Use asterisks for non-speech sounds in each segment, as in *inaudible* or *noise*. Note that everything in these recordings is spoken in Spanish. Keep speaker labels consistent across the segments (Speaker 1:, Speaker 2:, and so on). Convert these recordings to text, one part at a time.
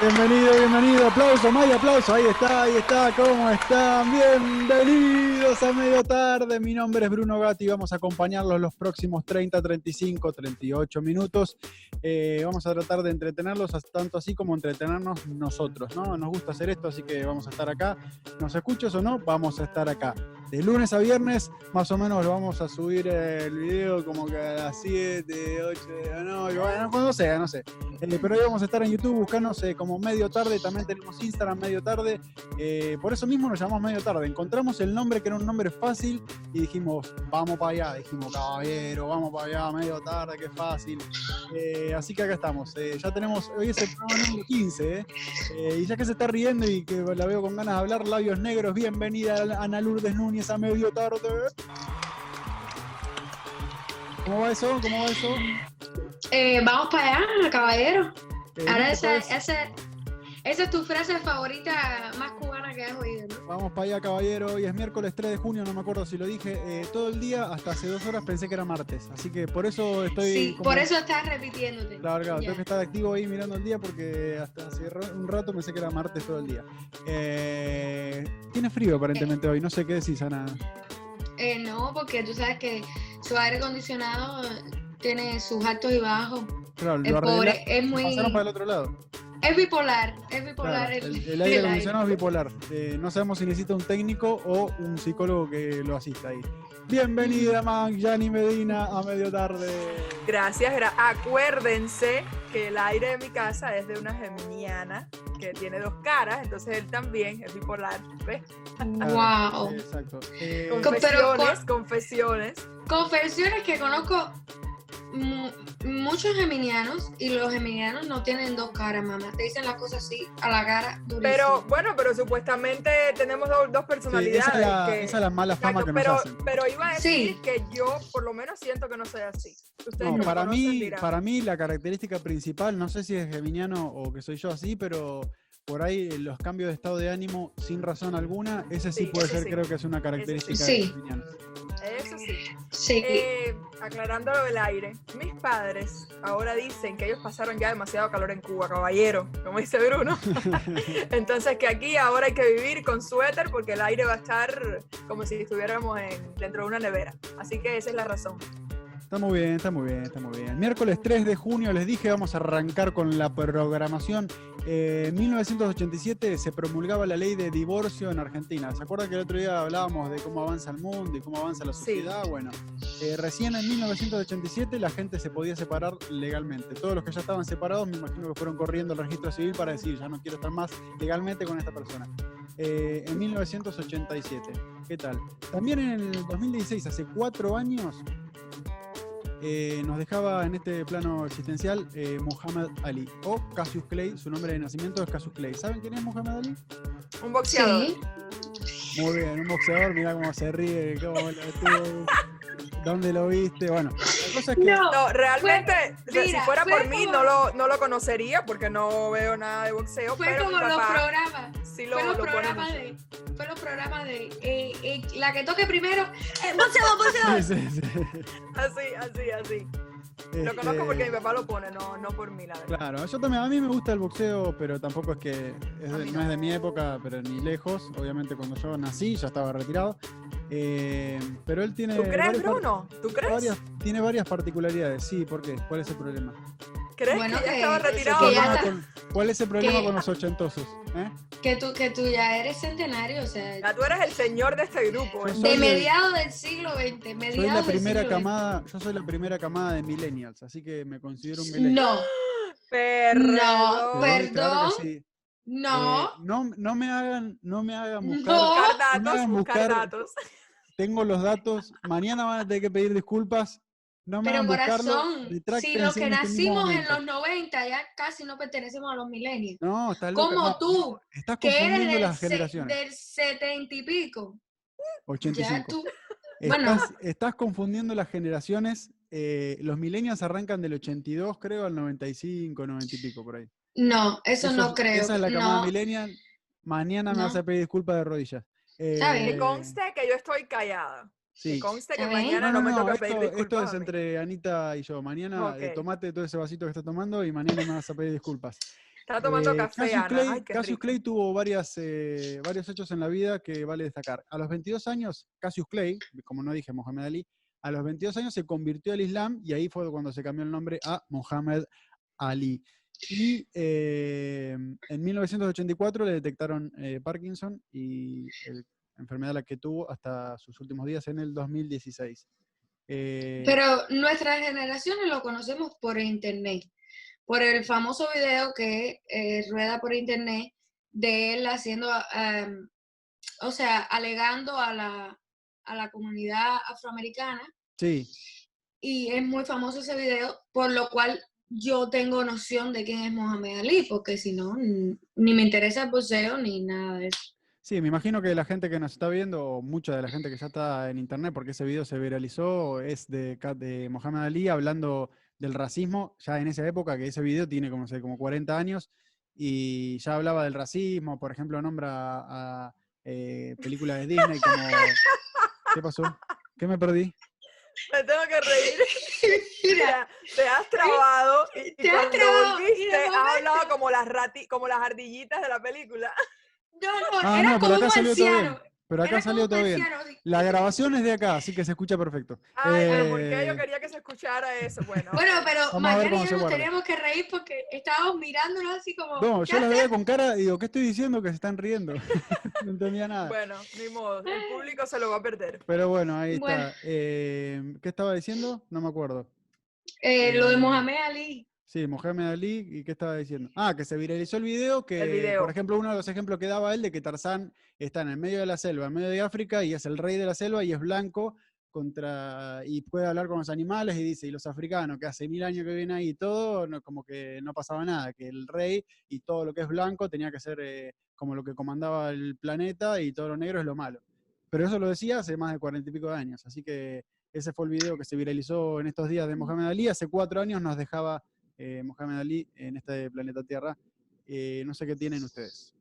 Speaker 1: Bienvenido, bienvenido, aplauso, May, aplauso, ahí está, ahí está, ¿cómo están? Bienvenidos a medio tarde, mi nombre es Bruno Gatti, vamos a acompañarlos los próximos 30, 35, 38 minutos, Eh, vamos a tratar de entretenerlos as- tanto así como entretenernos nosotros, ¿no? Nos gusta hacer esto, así que vamos a estar acá, nos escuches o no, vamos a estar acá. De lunes a viernes, más o menos, vamos a subir eh, el video como que a las 7, 8 de la noche, bueno, cuando sea, no sé. Eh, pero hoy vamos a estar en YouTube, buscanos eh, como Medio Tarde, también tenemos Instagram Medio Tarde, eh, por eso mismo nos llamamos Medio Tarde, encontramos el nombre que era un nombre fácil y dijimos, vamos para allá, dijimos, caballero, vamos para allá, Medio Tarde, qué fácil. Eh, así que acá estamos, eh, ya tenemos, hoy es el programa número 15, eh, eh, y ya que se está riendo y que la veo con ganas de hablar, labios negros, bienvenida Ana Lourdes Núñez a Medio Tarde. ¿Cómo va eso? ¿Cómo va eso?
Speaker 2: Eh, vamos para allá, caballero.
Speaker 1: Eh,
Speaker 2: Ahora
Speaker 1: ¿no te
Speaker 2: esa,
Speaker 1: puedes-
Speaker 2: esa, esa es tu frase favorita más cubana que has oído, ¿no?
Speaker 1: Vamos para allá, caballero. Hoy es miércoles 3 de junio, no me acuerdo si lo dije. Eh, todo el día, hasta hace dos horas, pensé que era martes. Así que por eso estoy.
Speaker 2: sí,
Speaker 1: como-
Speaker 2: por eso estás repitiéndote.
Speaker 1: Claro, claro,
Speaker 2: Ya.
Speaker 1: tengo que estar activo ahí mirando el día porque hasta hace ra- un rato pensé que era martes todo el día. Eh, tiene frío aparentemente hoy, no sé qué decís, Ana.
Speaker 2: Eh, no, porque tú sabes que su aire acondicionado tiene sus altos y bajos.
Speaker 1: Claro,
Speaker 2: Es
Speaker 1: lo
Speaker 2: pobre,
Speaker 1: arreglaste.
Speaker 2: es muy.
Speaker 1: Pasaron para el otro lado.
Speaker 2: Es bipolar, es bipolar
Speaker 1: Claro,
Speaker 2: *laughs* el,
Speaker 1: el, el aire
Speaker 2: el
Speaker 1: acondicionado es bipolar. Eh, no sabemos si necesita un técnico o un psicólogo que lo asista ahí. Bienvenida, Man, Yani Medina, a medio tarde.
Speaker 3: Gracias, gra- acuérdense que el aire de mi casa es de una geminiana que tiene dos caras, entonces él también es bipolar. ¿Ves?
Speaker 1: Claro,
Speaker 2: Wow.
Speaker 1: sí, Exacto. Eh,
Speaker 3: Confesiones, confesiones.
Speaker 2: Confesiones que conozco mu- muchos geminianos y los geminianos no tienen dos caras, mamá. Te dicen las cosas así a la cara durísimo.
Speaker 3: Pero bueno, pero supuestamente tenemos do- dos,
Speaker 1: sí, esa, es
Speaker 3: personalidades.
Speaker 1: la,
Speaker 3: que-
Speaker 1: esa es la mala fama
Speaker 3: Exacto,
Speaker 1: que nos
Speaker 3: pero,
Speaker 1: hacen.
Speaker 3: pero iba a decir
Speaker 2: Sí.
Speaker 3: que yo por lo menos siento que no soy así. Ustedes
Speaker 1: No,
Speaker 3: que me
Speaker 1: para
Speaker 3: conocen
Speaker 1: mí,
Speaker 3: dirán.
Speaker 1: para mí la característica principal, no sé si es geminiano o que soy yo así, pero por ahí eh, los cambios de estado de ánimo sin razón alguna, ese sí,
Speaker 3: Sí,
Speaker 1: puede
Speaker 3: ese
Speaker 1: ser,
Speaker 3: sí.
Speaker 1: creo que es una característica
Speaker 2: Sí.
Speaker 1: de geminiano.
Speaker 3: Eso sí.
Speaker 2: sí.
Speaker 3: Eh, aclarando lo del aire, mis padres ahora dicen que ellos pasaron ya demasiado calor en Cuba, caballero, como dice Bruno. Entonces que aquí ahora hay que vivir con suéter porque el aire va a estar como si estuviéramos en- dentro de una nevera. Así que esa es la razón.
Speaker 1: Está muy bien, está muy bien, está muy bien. Miércoles 3 de junio, les dije, vamos a arrancar con la programación. Eh, en 1987 se promulgaba la ley de divorcio en Argentina. ¿Se acuerdan que el otro día hablábamos de cómo avanza el mundo y cómo avanza la
Speaker 3: Sí.
Speaker 1: sociedad? Bueno, eh, recién en 1987 la gente se podía separar legalmente. Todos los que ya estaban separados, me imagino que fueron corriendo al registro civil para decir, ya no quiero estar más legalmente con esta persona. Eh, en 1987, ¿qué tal? También en el 2016, hace cuatro años, eh, nos dejaba en este plano existencial eh, Muhammad Ali o Cassius Clay. Su nombre de nacimiento es Cassius Clay. ¿Saben quién es Muhammad Ali?
Speaker 3: Un boxeador.
Speaker 2: Sí.
Speaker 1: Muy bien, un boxeador. Mirá cómo se ríe, cómo lo estuvo, dónde lo viste. Bueno, la cosa es que.
Speaker 2: No,
Speaker 3: No, realmente,
Speaker 2: Fue-
Speaker 3: si
Speaker 2: mira,
Speaker 3: fuera
Speaker 2: fue
Speaker 3: por mí,
Speaker 2: como-
Speaker 3: no lo, no lo conocería porque no veo nada de boxeo,
Speaker 2: fue
Speaker 3: pero mi
Speaker 2: como los
Speaker 3: papá
Speaker 2: programas.
Speaker 3: sí lo,
Speaker 2: Fue los
Speaker 3: lo pone
Speaker 2: programas
Speaker 3: mucho.
Speaker 2: de. Fue los programas de. eh, eh, la que toque primero. Eh, boxeador,
Speaker 1: *laughs*
Speaker 2: boxeador.
Speaker 1: Sí, sí, sí.
Speaker 3: *laughs* Así, así, así. Lo
Speaker 1: Este,
Speaker 3: conozco porque mi papá lo pone, no, no por mí, la verdad.
Speaker 1: Claro, yo también, a mí me gusta el boxeo, pero tampoco es que es
Speaker 3: A
Speaker 1: de-
Speaker 3: mí
Speaker 1: no
Speaker 3: no.
Speaker 1: es de mi época, pero ni lejos. Obviamente cuando yo nací ya estaba retirado. Eh, pero él tiene
Speaker 3: ¿Tú crees,
Speaker 1: varias par-
Speaker 3: Bruno? ¿Tú crees?
Speaker 1: varias- tiene varias particularidades, sí, ¿por qué? ¿Cuál es el problema?
Speaker 3: ¿Crees
Speaker 2: Bueno,
Speaker 3: que ya
Speaker 2: que-
Speaker 3: estaba
Speaker 2: que
Speaker 3: retirado?
Speaker 2: ya
Speaker 3: Bruno?
Speaker 2: está-
Speaker 1: con- ¿Cuál es el problema
Speaker 2: que-
Speaker 1: con los ochentosos? eh?
Speaker 2: Que tú, que tú ya eres centenario, o sea.
Speaker 3: Ya tú eres el señor de este
Speaker 1: Yo
Speaker 3: grupo. ¿eh?
Speaker 1: soy
Speaker 2: de
Speaker 1: el-
Speaker 2: mediados del siglo XX. Mediados
Speaker 1: Soy la
Speaker 2: del
Speaker 1: primera
Speaker 2: siglo
Speaker 1: camada, yo soy la primera camada de millennials, así que me considero un
Speaker 2: XX.
Speaker 1: millennial.
Speaker 2: No,
Speaker 3: Perro.
Speaker 2: No,
Speaker 1: Sí, claro que
Speaker 2: perdón.
Speaker 1: sí.
Speaker 2: no.
Speaker 1: Eh, no, no me hagan, no me hagan
Speaker 2: No.
Speaker 1: buscar.
Speaker 3: Buscar
Speaker 1: No
Speaker 3: datos,
Speaker 1: hagan
Speaker 3: buscar
Speaker 1: buscar-
Speaker 3: datos.
Speaker 1: Tengo los datos. Mañana van a tener que pedir disculpas. No me
Speaker 2: Pero
Speaker 1: hagan buscarlo.
Speaker 2: corazón, si
Speaker 1: Retráctense
Speaker 2: los que
Speaker 1: en este mismo
Speaker 2: nacimos en
Speaker 1: momento.
Speaker 2: los 90 ya casi no pertenecemos a los milenios.
Speaker 1: No, estás loca,
Speaker 2: Como
Speaker 1: no,
Speaker 2: tú,
Speaker 1: Estás
Speaker 2: que eres
Speaker 1: confundiendo
Speaker 2: del,
Speaker 1: las
Speaker 2: se-
Speaker 1: generaciones.
Speaker 2: del 70 y pico.
Speaker 1: 85.
Speaker 2: Ya tú, bueno.
Speaker 1: Estás, estás confundiendo las generaciones. eh, los millennials arrancan del 82, creo, al 95, 90 y pico, por ahí.
Speaker 2: No, eso,
Speaker 1: Esos-
Speaker 2: no creo.
Speaker 1: Esa es la camada
Speaker 2: no.
Speaker 1: millennial. Mañana me
Speaker 2: No.
Speaker 1: vas a pedir disculpas de rodillas.
Speaker 2: Está bien.
Speaker 3: Que
Speaker 2: Eh,
Speaker 3: conste que yo estoy callada.
Speaker 1: sí.
Speaker 3: Que conste que
Speaker 2: ¿Está
Speaker 1: No,
Speaker 2: bien?
Speaker 3: mañana
Speaker 1: no,
Speaker 3: no, me
Speaker 1: no,
Speaker 3: toca
Speaker 1: esto,
Speaker 3: pedir
Speaker 1: esto
Speaker 3: disculpas.
Speaker 1: es
Speaker 3: a mí.
Speaker 1: entre Anita y yo. Mañana eh,
Speaker 3: Ok.
Speaker 1: tomate todo ese vasito que está tomando y mañana me vas a pedir disculpas.
Speaker 3: Está tomando
Speaker 1: Eh,
Speaker 3: café,
Speaker 1: Cassius
Speaker 3: Ana.
Speaker 1: Clay,
Speaker 3: Ay, qué
Speaker 1: Cassius
Speaker 3: rico.
Speaker 1: Clay tuvo varias, eh, varios hechos en la vida que vale destacar. A los 22 años, Cassius Clay, como no dije, Mohamed Ali, a los 22 años se convirtió al Islam y ahí fue cuando se cambió el nombre a Mohamed Ali. Y eh, en 1984 le detectaron eh, Parkinson y el- enfermedad la que tuvo hasta sus últimos días en el 2016. Eh,
Speaker 2: Pero nuestras generaciones lo conocemos por internet, por el famoso video que eh, rueda por internet de él haciendo, em, o sea, alegando a la, a la comunidad afroamericana.
Speaker 1: sí,
Speaker 2: Y es muy famoso ese video, por lo cual yo tengo noción de quién es Mohamed Ali, porque si no, n- ni me interesa el boxeo ni nada
Speaker 1: *laughs*
Speaker 2: de eso.
Speaker 1: Sí, me imagino que la gente que nos está viendo, o mucha de la gente que ya está en internet, porque ese video se viralizó, es de, Ka- de Mohamed Ali hablando del racismo, ya en esa época, que ese video tiene como, no sé, como 40 años, y ya hablaba del racismo, por ejemplo, nombra a eh, películas de Disney como... ¿Qué pasó? ¿Qué me perdí?
Speaker 3: Me tengo que reír.
Speaker 2: *laughs* Mira,
Speaker 3: Mira, te has trabado y, y
Speaker 2: Te has
Speaker 3: cuando
Speaker 2: trabado, y de
Speaker 3: volviste has
Speaker 2: momento-
Speaker 3: hablado como las, rati, como las ardillitas de la película. *laughs*
Speaker 2: no, no,
Speaker 1: Ah,
Speaker 2: era
Speaker 1: no, pero
Speaker 2: como un
Speaker 1: acá salió todo bien.
Speaker 2: anciano.
Speaker 1: Pero acá
Speaker 2: era
Speaker 1: salió
Speaker 2: como
Speaker 1: todo
Speaker 2: un
Speaker 1: bien.
Speaker 2: anciano, así.
Speaker 1: La grabación es de acá, así que se escucha perfecto.
Speaker 3: Ay, pero ¿por qué
Speaker 1: Eh,
Speaker 3: yo quería que se escuchara eso? Bueno,
Speaker 2: *laughs* Bueno, pero
Speaker 1: Vamos a ver
Speaker 2: mañana
Speaker 1: cómo
Speaker 2: ya
Speaker 1: se
Speaker 2: nos
Speaker 1: guarda.
Speaker 2: teníamos que reír porque estábamos mirándonos así como.
Speaker 1: No, yo
Speaker 2: ya
Speaker 1: la
Speaker 2: sé,
Speaker 1: veía con cara y digo, ¿qué estoy diciendo? Que se están riendo. *laughs* no entendía nada.
Speaker 3: bueno, ni modo. El público se lo va a perder.
Speaker 1: Pero bueno, ahí
Speaker 2: Bueno.
Speaker 1: está. Eh, ¿Qué estaba diciendo? No me acuerdo.
Speaker 2: eh, lo de
Speaker 1: eh,
Speaker 2: Mohamed Ali.
Speaker 1: Sí, Mohamed Ali, ¿y qué estaba diciendo? Ah, que se viralizó el video, que
Speaker 3: video.
Speaker 1: por ejemplo uno de los ejemplos que daba él de que Tarzán está en el medio de la selva, en medio de África, y es el rey de la selva y es blanco contra y puede hablar con los animales y dice, y los africanos que hace mil años que vienen ahí y todo, no, como que no pasaba nada, que el rey y todo lo que es blanco tenía que ser eh, como lo que comandaba el planeta y todo lo negro es lo malo. Pero eso lo decía hace más de cuarenta y pico de años, así que ese fue el video que se viralizó en estos días de Mohamed Ali, hace cuatro años nos dejaba eh, Mohamed Ali en este planeta Tierra. Eh, no sé qué tienen ustedes.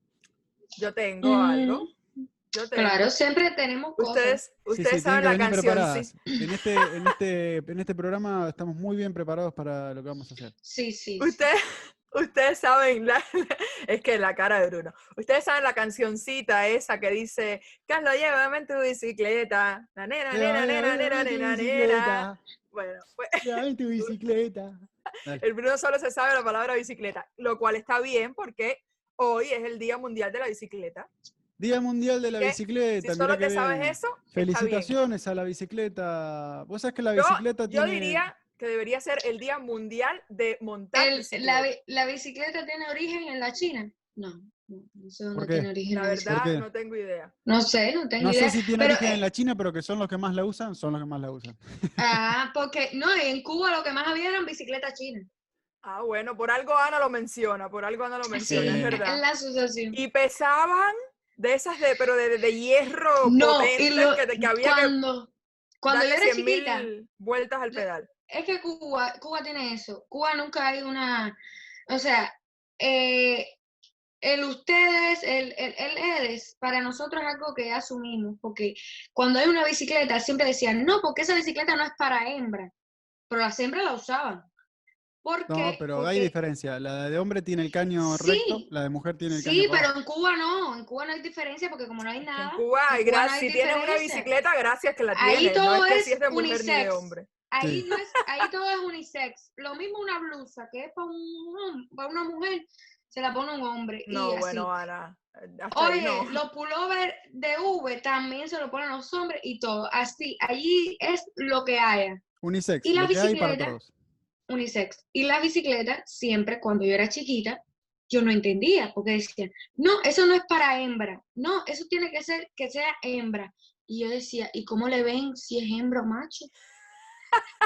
Speaker 3: Yo tengo algo.
Speaker 2: Mm,
Speaker 3: Yo tengo.
Speaker 2: Claro, siempre tenemos cosas.
Speaker 3: Ustedes,
Speaker 1: Sí, sí, tienen
Speaker 3: ustedes saben
Speaker 1: que
Speaker 3: la
Speaker 1: venir
Speaker 3: canción.
Speaker 1: preparadas.
Speaker 3: sí.
Speaker 1: En, este, en, este, en este programa estamos muy bien preparados para lo que vamos a hacer.
Speaker 2: Sí, sí. sí.
Speaker 3: Ustedes, *laughs* ustedes saben, la- *laughs* es que la cara de Bruno. Ustedes saben la cancioncita esa que dice, Carlos, llévame en tu bicicleta. Na, nena, nena, nena, nena, nena, nena. Bueno, pues,
Speaker 1: Llévame en tu bicicleta.
Speaker 3: el Bruno solo se sabe la palabra bicicleta, lo cual está bien porque hoy es el Día Mundial de la Bicicleta.
Speaker 1: Día Mundial de la
Speaker 3: ¿Qué?
Speaker 1: Bicicleta.
Speaker 3: Si
Speaker 1: mirá
Speaker 3: solo
Speaker 1: qué
Speaker 3: te sabes
Speaker 1: bien.
Speaker 3: eso, está bien.
Speaker 1: Felicitaciones a la bicicleta. Vos sabés que la
Speaker 3: Yo-
Speaker 1: bicicleta
Speaker 3: Yo
Speaker 1: tiene...
Speaker 3: diría que debería ser el Día Mundial de Montar
Speaker 2: El-
Speaker 3: Bicicleta.
Speaker 2: la, bi- la bicicleta tiene origen en la China? No, no, no sé dónde
Speaker 1: ¿Por qué?
Speaker 2: tiene origen.
Speaker 3: La
Speaker 2: la bicicleta.
Speaker 3: verdad,
Speaker 1: qué?
Speaker 3: no tengo idea.
Speaker 2: No sé, no tengo
Speaker 1: No
Speaker 2: idea.
Speaker 1: sé si *laughs* tiene
Speaker 2: pero,
Speaker 1: origen en
Speaker 2: eh,
Speaker 1: la China, pero que son los que más la usan, son los que más la usan.
Speaker 2: Ah, porque no, en Cuba lo que más había eran bicicletas chinas.
Speaker 3: Ah, bueno, por algo Ana lo menciona, por algo Ana lo
Speaker 2: Sí,
Speaker 3: menciona,
Speaker 1: bien.
Speaker 3: es verdad.
Speaker 2: en la asociación.
Speaker 3: Y pesaban de esas de, pero de, de hierro
Speaker 2: No, y
Speaker 3: potentes
Speaker 2: lo-
Speaker 3: que, te- que había que
Speaker 2: cuando, cuando yo
Speaker 3: darle
Speaker 2: era chiquita,
Speaker 3: 100.000 vueltas al
Speaker 2: Yo-
Speaker 3: pedal.
Speaker 2: es que Cuba, Cuba tiene eso. Cuba nunca hay una, o sea, eh, el ustedes, el, el, el eres, para nosotros es algo que ya asumimos, porque cuando hay una bicicleta siempre decían, no, porque esa bicicleta no es para hembra, pero las hembras la usaban. ¿Por
Speaker 1: No,
Speaker 2: qué?
Speaker 1: pero hay
Speaker 2: Porque-
Speaker 1: diferencia. La de hombre tiene el caño recto,
Speaker 2: Sí.
Speaker 1: la de mujer tiene el
Speaker 2: Sí,
Speaker 1: caño recto.
Speaker 2: pero en Cuba no, en Cuba no hay diferencia porque como no hay nada,
Speaker 3: en Cuba, hay
Speaker 2: en Cuba no
Speaker 3: gra-
Speaker 2: hay
Speaker 3: si tienes una
Speaker 2: diferencia.
Speaker 3: bicicleta, gracias que la
Speaker 2: Ahí
Speaker 3: tienes. no
Speaker 2: todo
Speaker 3: es que
Speaker 2: es
Speaker 3: si es de mujer ni de
Speaker 2: unisex.
Speaker 3: hombre.
Speaker 2: Ahí,
Speaker 1: Sí.
Speaker 2: no es,
Speaker 1: *laughs*
Speaker 2: ahí todo es unisex. Lo mismo una blusa que es para, una mujer, se la pone un hombre. y
Speaker 3: No,
Speaker 2: así.
Speaker 3: bueno, Ana. Hasta ahí
Speaker 2: Oye,
Speaker 3: no.
Speaker 2: los pullovers de V también se lo ponen los hombres y todo. Así, allí es lo que haya,
Speaker 1: Unisex,
Speaker 2: ¿Y la
Speaker 1: lo que hay para
Speaker 2: bicicleta?
Speaker 1: todos.
Speaker 2: unisex. Y la bicicleta, siempre cuando yo era chiquita, yo no entendía, porque decían, no, eso no es para hembra, no, eso tiene que ser que sea hembra. Y yo decía, ¿y cómo le ven si es hembra o macho?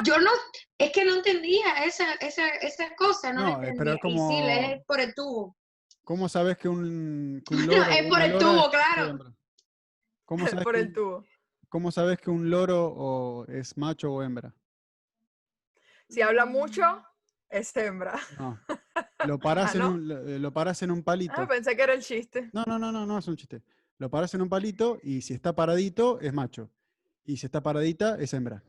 Speaker 2: Yo no, es que no entendía esa, esa, esa cosa, no, la
Speaker 1: No, eh, pero
Speaker 2: entendía.
Speaker 1: es
Speaker 2: Y sí,
Speaker 1: como-
Speaker 2: le es por el tubo.
Speaker 1: ¿Cómo sabes que un, que un
Speaker 2: *laughs* No,
Speaker 1: loro
Speaker 2: es
Speaker 1: o
Speaker 2: por
Speaker 1: una
Speaker 2: el
Speaker 1: lora
Speaker 2: tubo,
Speaker 1: es de
Speaker 2: claro.
Speaker 1: hembra?
Speaker 2: *laughs*
Speaker 1: ¿Cómo
Speaker 3: *laughs*
Speaker 1: sabes,
Speaker 3: Por
Speaker 1: que,
Speaker 3: el
Speaker 1: un-
Speaker 3: tubo.
Speaker 1: ¿Cómo sabes que un loro o es macho o hembra?
Speaker 2: Mm.
Speaker 3: Si habla mucho, es hembra.
Speaker 1: No.
Speaker 2: *laughs*
Speaker 1: Lo parás,
Speaker 3: Ah, ¿no?
Speaker 1: en, un, lo, lo parás en un palito.
Speaker 3: Ah, pensé que era el chiste.
Speaker 1: No, no, no, no, no es un chiste. Lo parás en un palito y si está paradito es macho. Y si está paradita es hembra.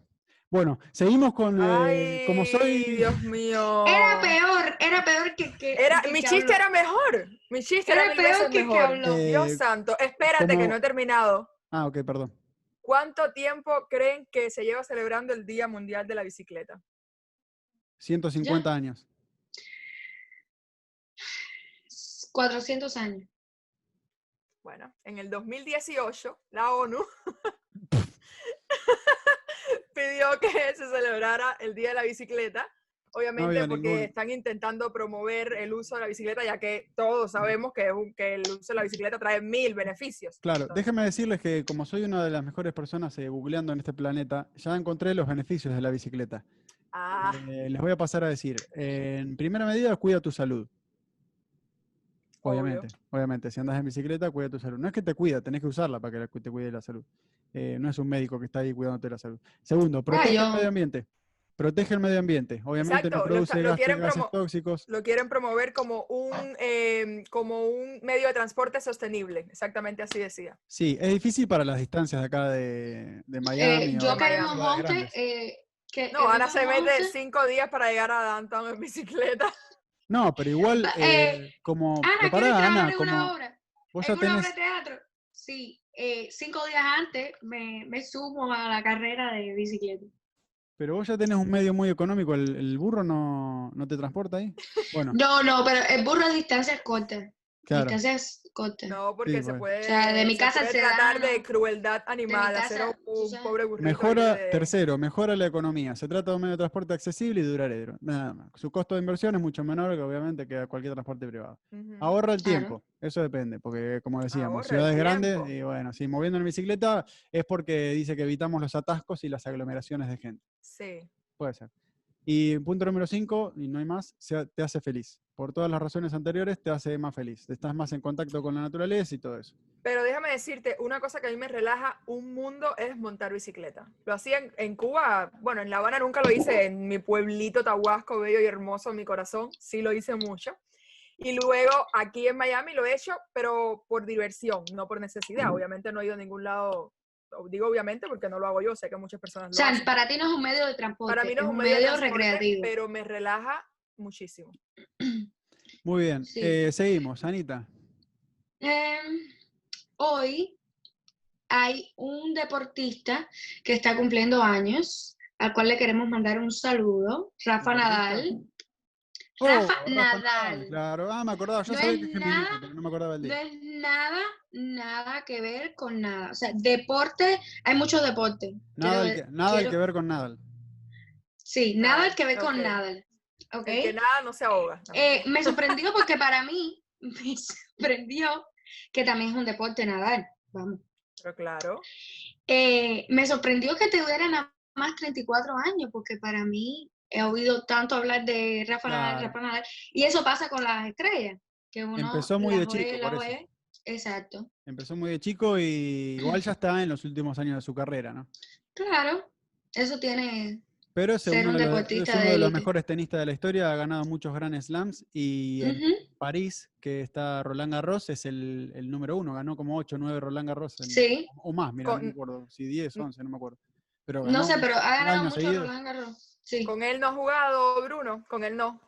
Speaker 1: Bueno, seguimos con eh,
Speaker 3: Ay,
Speaker 1: como soy.
Speaker 3: Dios mío.
Speaker 2: Era peor, era peor que. que
Speaker 3: Era,
Speaker 2: que
Speaker 3: mi
Speaker 2: que habló.
Speaker 3: chiste era mejor. Mi chiste era,
Speaker 2: Era
Speaker 3: mil veces
Speaker 2: peor que el que
Speaker 3: mejor.
Speaker 2: habló.
Speaker 1: Eh,
Speaker 3: Dios santo. Espérate que
Speaker 1: ¿cómo?
Speaker 3: no he terminado.
Speaker 1: Ah, ok, perdón.
Speaker 3: ¿Cuánto tiempo creen que se lleva celebrando el Día Mundial de la Bicicleta?
Speaker 1: 150 años.
Speaker 2: 400 años.
Speaker 3: Bueno, en el 2018, la ONU *laughs* pidió que se celebrara el Día de la Bicicleta. Obviamente
Speaker 1: había
Speaker 3: porque
Speaker 1: ninguno.
Speaker 3: están intentando promover el uso de la bicicleta, ya que todos sabemos que, es un- que el uso de la bicicleta trae mil beneficios.
Speaker 1: Claro,
Speaker 3: Entonces,
Speaker 1: déjenme decirles que como soy una de las mejores personas eh, googleando en este planeta, ya encontré los beneficios de la bicicleta.
Speaker 3: ah,
Speaker 1: Eh, les voy a pasar a decir. En primera medida, cuida tu salud.
Speaker 3: Obvio.
Speaker 1: Obviamente, obviamente. Si andas en bicicleta, cuida tu salud. No es que te cuida, tenés que usarla para que la cu- te cuide la salud. Eh, no es un médico que está ahí cuidándote la salud. Segundo, protege el
Speaker 2: yo-
Speaker 1: medio ambiente. Protege el medio ambiente. Obviamente
Speaker 3: Exacto, lo
Speaker 1: no
Speaker 3: está-
Speaker 1: produce
Speaker 3: lo
Speaker 1: gas-
Speaker 3: quieren
Speaker 1: gases
Speaker 3: promo-
Speaker 1: tóxicos.
Speaker 3: lo quieren promover como un, eh, como un medio de transporte sostenible, exactamente así decía.
Speaker 1: Sí, es difícil para las distancias de acá de, de Miami.
Speaker 2: Eh,
Speaker 1: o
Speaker 2: yo
Speaker 1: de
Speaker 2: caí en
Speaker 1: ciudades
Speaker 2: un monte.
Speaker 1: grandes.
Speaker 2: eh, que,
Speaker 3: No, ahora
Speaker 2: ahora
Speaker 3: se mete cinco días para llegar a Downtown en bicicleta.
Speaker 1: No, pero igual,
Speaker 3: Ah,
Speaker 2: Pa-
Speaker 1: eh, como...
Speaker 2: Ana,
Speaker 1: pero pará,
Speaker 2: ¿quieres trabajar
Speaker 1: Ana,
Speaker 2: en
Speaker 1: como
Speaker 2: una obra?
Speaker 1: vos
Speaker 2: ¿En
Speaker 1: ya
Speaker 2: una obra
Speaker 1: tenés...
Speaker 2: de teatro? Sí, eh, cinco días antes me, me sumo a la carrera de bicicleta.
Speaker 1: Pero vos ya tenés un medio muy económico, ¿el, el burro no, no te transporta ahí?
Speaker 3: *laughs*
Speaker 1: Bueno,
Speaker 2: No, no, pero el burro es distancias cortas.
Speaker 1: claro.
Speaker 2: Distancias cortas.
Speaker 3: No, porque se
Speaker 1: bueno.
Speaker 3: puede,
Speaker 2: O sea, de mi
Speaker 3: se
Speaker 2: casa
Speaker 3: puede
Speaker 2: se
Speaker 3: tratar
Speaker 2: da-
Speaker 3: de crueldad animal,
Speaker 2: casa,
Speaker 3: hacer a un,
Speaker 2: o sea,
Speaker 3: pobre burrito. ahí
Speaker 1: Mejora,
Speaker 3: de-
Speaker 1: tercero, mejora la economía. Se trata de un medio de transporte accesible y duradero. Nada más. Su costo de inversión es mucho menor que obviamente que cualquier transporte privado.
Speaker 3: Ujú.
Speaker 1: Ahorra el
Speaker 2: Claro.
Speaker 1: tiempo, eso depende, porque como decíamos,
Speaker 3: Mm, Ahorra el
Speaker 1: ciudades grandes,
Speaker 3: tiempo.
Speaker 1: y bueno, si moviendo en bicicleta es porque dice que evitamos los atascos y las aglomeraciones de gente.
Speaker 3: Sí.
Speaker 1: Puede ser. Y punto número 5, y no hay más, se- te hace feliz. Por todas las razones anteriores, te hace más feliz. Estás más en contacto con la naturaleza y todo eso.
Speaker 3: Pero déjame decirte, una cosa que a mí me relaja un mundo es montar bicicleta. Lo hacía en, en Cuba, bueno, en La Habana nunca lo hice, en mi pueblito Tahuasco, bello y hermoso, en mi corazón, sí lo hice mucho. Y luego aquí en Miami lo he hecho, pero por diversión, no por necesidad. Obviamente no he ido a ningún lado, o digo obviamente porque no lo hago yo, sé que muchas personas
Speaker 2: O
Speaker 3: lo
Speaker 2: sea,
Speaker 3: hacen.
Speaker 2: para ti no es un medio de transporte,
Speaker 3: Para mí no es un medio, de transporte,
Speaker 2: recreativo.
Speaker 3: pero me relaja muchísimo.
Speaker 2: *clears throat*
Speaker 1: Muy bien,
Speaker 2: Sí.
Speaker 1: eh, seguimos, Anita.
Speaker 2: Em, hoy hay un deportista que está cumpliendo años, al cual le queremos mandar un saludo, Rafa
Speaker 1: Deportista.
Speaker 2: Nadal. Rafa Nadal.
Speaker 1: Oh, Claro, ah, me acordaba, yo
Speaker 2: No
Speaker 1: sabía
Speaker 2: es
Speaker 1: que es femenino,
Speaker 2: nada-
Speaker 1: pero no me acordaba el
Speaker 2: No
Speaker 1: día.
Speaker 2: es nada, nada que ver con nada. O sea, deporte, hay mucho deporte.
Speaker 1: Nada,
Speaker 2: Quiero
Speaker 1: al que,
Speaker 2: de-
Speaker 1: nada al
Speaker 2: quiero-
Speaker 1: que ver con Nadal.
Speaker 2: Sí, nada
Speaker 3: Nadal,
Speaker 2: que ver con
Speaker 3: Ah, ok.
Speaker 2: nada. ¿Ok?
Speaker 3: El que nada no se ahoga. ¿no?
Speaker 2: Eh, me sorprendió porque
Speaker 3: *laughs*
Speaker 2: para mí, *laughs* me sorprendió que también es un deporte nadar. Vamos.
Speaker 3: pero claro.
Speaker 2: Eh, me sorprendió que te duraran nada más 34 años, porque para mí he oído tanto hablar de Rafa Nadal,
Speaker 1: Claro.
Speaker 2: Rafa Nadal, y eso pasa con las estrellas, que uno
Speaker 1: Empezó muy de
Speaker 2: las oye,
Speaker 1: chico,
Speaker 2: las
Speaker 1: por eso.
Speaker 2: oye. Exacto,
Speaker 1: Empezó muy de chico y igual ya está en los últimos años de su carrera, ¿no?
Speaker 2: claro, eso tiene,
Speaker 1: Pero es
Speaker 2: Ser
Speaker 1: uno,
Speaker 2: un
Speaker 1: de los, es
Speaker 2: deportista de
Speaker 1: uno de los
Speaker 2: élite.
Speaker 1: mejores tenistas de la historia, ha ganado muchos Grand Slams y en
Speaker 2: Ujú,
Speaker 1: París, que está Roland Garros, es el, el número uno, ganó como 8 o 9 Roland Garros. en-
Speaker 2: sí,
Speaker 1: O más, mira, no
Speaker 3: Con-
Speaker 1: me acuerdo, si 10, 11, no me acuerdo. Pero
Speaker 2: no
Speaker 1: ganó
Speaker 2: sé, pero ha ganado
Speaker 1: año
Speaker 2: mucho
Speaker 1: seguido.
Speaker 2: Roland Garros, sí.
Speaker 3: Con él no ha jugado Bruno, con él no.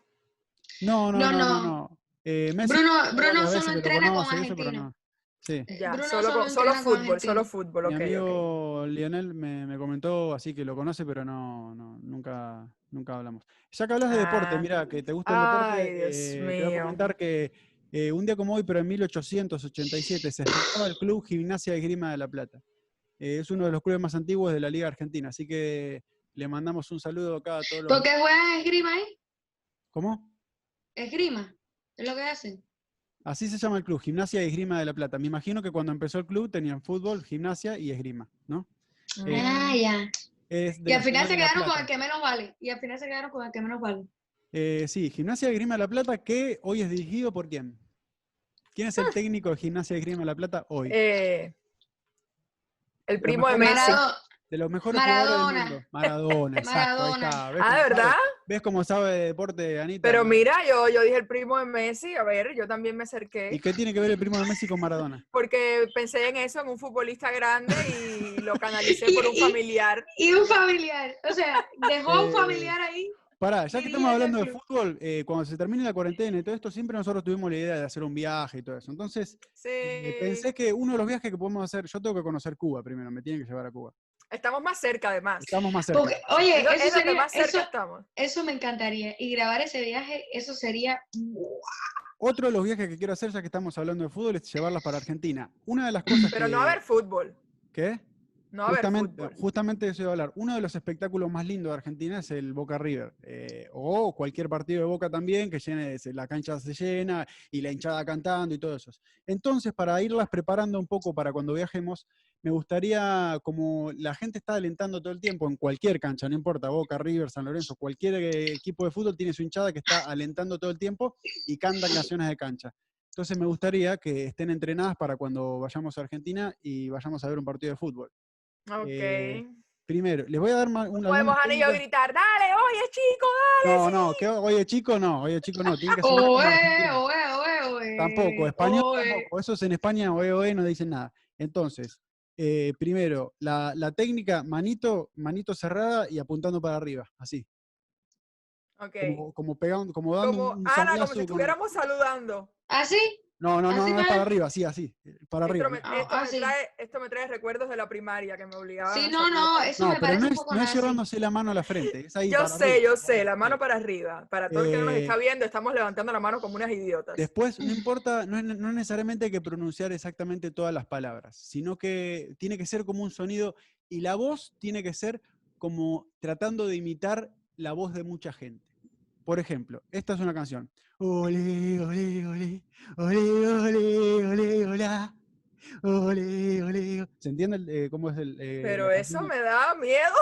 Speaker 1: No, no, no,
Speaker 2: No,
Speaker 1: no.
Speaker 2: no.
Speaker 1: no. Eh, Messi,
Speaker 2: Bruno, Bruno
Speaker 1: varias veces
Speaker 2: solo
Speaker 1: que lo
Speaker 2: entrena con
Speaker 1: conoce y eso, pero
Speaker 2: Argentina.
Speaker 1: no. Sí.
Speaker 2: Eh,
Speaker 3: Ya,
Speaker 2: Bruno
Speaker 3: solo, co- solo
Speaker 2: entrena con
Speaker 3: fútbol, solo
Speaker 2: Argentina.
Speaker 3: fútbol, ok.
Speaker 1: Mi
Speaker 3: ok.
Speaker 1: amigo Lionel me, me comentó, así que lo conoce, pero no, no nunca, nunca hablamos. Ya que hablas de deporte,
Speaker 3: Ah.
Speaker 1: mira, que te gusta el
Speaker 3: Ay,
Speaker 1: deporte,
Speaker 3: Dios
Speaker 1: eh, te voy a
Speaker 3: mío.
Speaker 1: comentar que eh, un día como hoy, pero en 1887, se fundaba el Club Gimnasia de Grima de la Plata. Eh, es uno de los clubes más antiguos de la Liga Argentina, así que le mandamos un saludo acá a todos los...
Speaker 2: ¿Por qué juegan esgrima ahí?
Speaker 1: ¿Cómo?
Speaker 2: Esgrima, es lo que hacen.
Speaker 1: Así se llama el club, Gimnasia y Esgrima de la Plata. Me imagino que cuando empezó el club tenían fútbol, gimnasia y esgrima, ¿no? Eh,
Speaker 2: Ah, ya.
Speaker 1: Es de
Speaker 2: Y
Speaker 1: la
Speaker 2: al
Speaker 1: ciudad
Speaker 2: final se
Speaker 1: de La
Speaker 2: quedaron con
Speaker 1: Plata.
Speaker 2: el que menos vale. Y al final se quedaron con el que menos vale.
Speaker 1: Eh, sí, Gimnasia de Grima de la Plata, que hoy es dirigido por quién? ¿Quién es el
Speaker 2: Ah.
Speaker 1: técnico de Gimnasia de Grima de la Plata hoy?
Speaker 3: Eh, el primo de
Speaker 1: mejores-
Speaker 3: Messi.
Speaker 2: Marado-
Speaker 1: de los mejores jugadores del
Speaker 2: Maradona.
Speaker 1: mundo. Maradona,
Speaker 2: *laughs*
Speaker 1: exacto, ahí está,
Speaker 2: Maradona.
Speaker 1: ¿ves
Speaker 3: Ah,
Speaker 1: cómo
Speaker 3: ¿de verdad?
Speaker 1: sabe? ¿Ves cómo sabe de deporte, Anita?
Speaker 3: Pero mira, yo, yo dije el primo de Messi, a ver, yo también me acerqué.
Speaker 1: ¿Y qué tiene que ver el primo de Messi con Maradona?
Speaker 3: Porque pensé en eso, en un futbolista grande y lo canalicé por
Speaker 2: *laughs*
Speaker 3: un
Speaker 2: Y- y-
Speaker 3: familiar.
Speaker 2: Y un familiar, o sea, dejó un
Speaker 1: Eh,
Speaker 2: familiar ahí.
Speaker 1: Pará, ya que
Speaker 2: Sí,
Speaker 1: estamos
Speaker 2: es
Speaker 1: hablando de
Speaker 2: así.
Speaker 1: fútbol, eh, cuando se termine la cuarentena y todo esto, siempre nosotros tuvimos la idea de hacer un viaje y todo eso. Entonces, eh,
Speaker 3: Sí.
Speaker 1: pensé que uno de los viajes que podemos hacer, yo tengo que conocer Cuba primero, me tienen que llevar a Cuba.
Speaker 3: Estamos más cerca, además.
Speaker 1: Estamos más cerca.
Speaker 2: Porque, oye, eso,
Speaker 3: Eso es lo que
Speaker 2: sería-
Speaker 3: más cerca
Speaker 2: eso-
Speaker 3: estamos.
Speaker 1: eh,
Speaker 2: eso me encantaría. Y grabar ese viaje, eso sería.
Speaker 1: Otro de los viajes que quiero hacer, ya que estamos hablando de fútbol, es llevarlas para Argentina. Una de las cosas
Speaker 3: Pero
Speaker 1: que...
Speaker 3: no a ver fútbol.
Speaker 1: ¿Qué?
Speaker 3: No a ver
Speaker 1: Justamente,
Speaker 3: fútbol.
Speaker 1: justamente de eso iba a hablar. Uno de los espectáculos más lindos de Argentina es el Boca River. eh, o cualquier partido de Boca también, que llene, se- la cancha se llena y la hinchada cantando y todo eso. Entonces, para irlas preparando un poco para cuando viajemos, me gustaría, como la gente está alentando todo el tiempo en cualquier cancha, no importa, Boca, River, San Lorenzo, cualquier eh, equipo de fútbol tiene su hinchada que está alentando todo el tiempo y cantan canciones de cancha. Entonces me gustaría que estén entrenadas para cuando vayamos a Argentina y vayamos a ver un partido de fútbol.
Speaker 3: Ok.
Speaker 1: eh, Primero, les voy a dar ma- un
Speaker 3: Podemos
Speaker 1: algunos
Speaker 3: Ana y yo
Speaker 1: puntos.
Speaker 3: gritar, dale, oye chico, dale.
Speaker 1: No, no, que, oye chico, no, oye chico, no, tiene que sonar como
Speaker 2: Oe,
Speaker 1: Argentina.
Speaker 2: oe, oe, oe.
Speaker 1: Tampoco, español
Speaker 2: Oe.
Speaker 1: tampoco. Eso es en España, oe, oe, no dicen nada. Entonces, eh, primero, la, la técnica, manito, manito cerrada y apuntando para arriba, así.
Speaker 3: Ok.
Speaker 1: Como, como pegando, como dando
Speaker 3: Como,
Speaker 1: un- un
Speaker 3: Ana, como
Speaker 1: sablazo
Speaker 3: si
Speaker 1: con-
Speaker 3: estuviéramos saludando.
Speaker 2: ¿Así?
Speaker 1: No, no, no,
Speaker 2: así
Speaker 1: no, es
Speaker 2: mal.
Speaker 1: para arriba, así, así. eh, Para
Speaker 3: Esto
Speaker 1: arriba.
Speaker 3: me,
Speaker 2: Ah,
Speaker 3: esto me
Speaker 2: ah, sí.
Speaker 3: trae, esto me trae recuerdos de la primaria que me obligaban.
Speaker 2: Sí,
Speaker 3: a
Speaker 2: no, no,
Speaker 3: saludar.
Speaker 2: eso
Speaker 1: No,
Speaker 2: me
Speaker 1: pero
Speaker 2: parece
Speaker 1: no
Speaker 2: un
Speaker 1: es,
Speaker 2: poco
Speaker 1: no es
Speaker 2: nazi.
Speaker 1: llevándose la mano a la frente, es ahí
Speaker 3: Yo
Speaker 1: para
Speaker 3: sé,
Speaker 1: arriba,
Speaker 3: yo
Speaker 1: para
Speaker 3: sé, la
Speaker 1: arriba.
Speaker 3: mano para arriba. Para todo el que nos
Speaker 1: Eh,
Speaker 3: está viendo, estamos levantando la mano como unas idiotas.
Speaker 2: pues.
Speaker 1: Después,
Speaker 2: *laughs*
Speaker 1: no importa, no, es ne- no necesariamente hay que pronunciar exactamente todas las palabras, sino que tiene que ser como un sonido y la voz tiene que ser como tratando de imitar la voz de mucha gente. Por ejemplo, esta es una canción. Ole, ole, ole, ole, ole, ole, hola. Ole, ole. o-". ¿Se entiende el, eh, cómo es el...? eh,
Speaker 3: Pero
Speaker 1: la
Speaker 3: eso
Speaker 1: canción?
Speaker 3: me da miedo.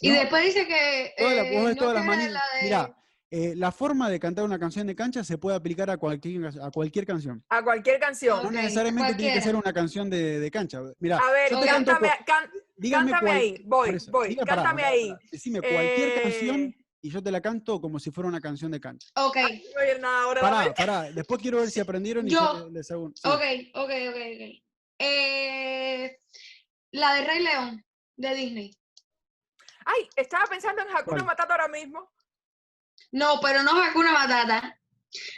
Speaker 2: Y
Speaker 1: No.
Speaker 2: después dice que.
Speaker 1: Toda la-
Speaker 2: eh,
Speaker 1: vos ves
Speaker 2: no
Speaker 1: todas las
Speaker 2: quiere
Speaker 1: mani-
Speaker 2: la de-
Speaker 1: Mirá, eh, la forma de cantar una canción de cancha se puede aplicar a cualquier, a cualquier canción.
Speaker 3: A cualquier canción.
Speaker 1: No
Speaker 2: Ok,
Speaker 1: necesariamente tiene que ser
Speaker 2: cualquiera.
Speaker 1: una canción de, de cancha. Mirá,
Speaker 3: A ver,
Speaker 1: yo te canto
Speaker 3: cántame,
Speaker 1: cua-
Speaker 3: can-
Speaker 1: dígame
Speaker 3: cántame
Speaker 1: cual-
Speaker 3: ahí.
Speaker 1: por
Speaker 3: Voy,
Speaker 1: eso,
Speaker 3: voy,
Speaker 1: diga- pará,
Speaker 3: cántame
Speaker 1: pará,
Speaker 3: ahí.
Speaker 1: pará, Decime cualquier
Speaker 3: Eh,
Speaker 1: canción y yo te la canto como si fuera una canción de cancha.
Speaker 2: Ok,
Speaker 3: No oye nada ahora.
Speaker 1: Pará, pará, después quiero
Speaker 3: *laughs*
Speaker 1: ver si aprendieron y yo
Speaker 2: Yo-
Speaker 1: le- les hago un- sí.
Speaker 2: ok, ok, ok, ok. Eh, la de Rey León, de Disney.
Speaker 3: Ay, estaba pensando en Hakuna
Speaker 1: ¿Cuál?
Speaker 3: Matata ahora mismo.
Speaker 2: No, pero no es Hakuna Matata.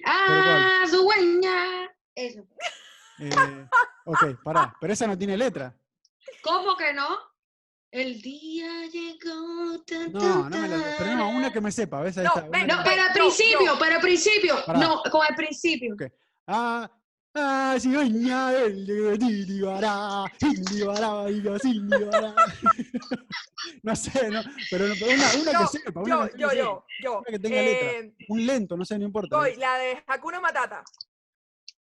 Speaker 2: Ah, su dueña. Eso.
Speaker 1: Eh, ok, pará, pero esa no tiene letra.
Speaker 2: ¿Cómo que no? El día llegó. tan,
Speaker 1: No,
Speaker 2: tan,
Speaker 1: no me la. Pero no, una que me sepa, ¿ves? Ahí
Speaker 3: No,
Speaker 1: está, una
Speaker 3: ven,
Speaker 1: que
Speaker 2: No,
Speaker 1: me-
Speaker 2: pero al
Speaker 3: No,
Speaker 2: principio,
Speaker 3: no.
Speaker 2: pero al principio.
Speaker 1: Pará.
Speaker 2: No, con el principio.
Speaker 1: Ok. Ah, ah, si oña, el de Tiribará, Tiribará, y los Tiribará. *laughs* No sé, no, pero no, pero una, una
Speaker 3: Yo,
Speaker 1: que sepa, una
Speaker 3: yo,
Speaker 1: canción que
Speaker 3: yo,
Speaker 1: sepa.
Speaker 3: yo, yo.
Speaker 1: Una que tenga letra.
Speaker 3: Eh,
Speaker 1: Un lento, no sé, no importa.
Speaker 3: Voy, la de Hakuna Matata.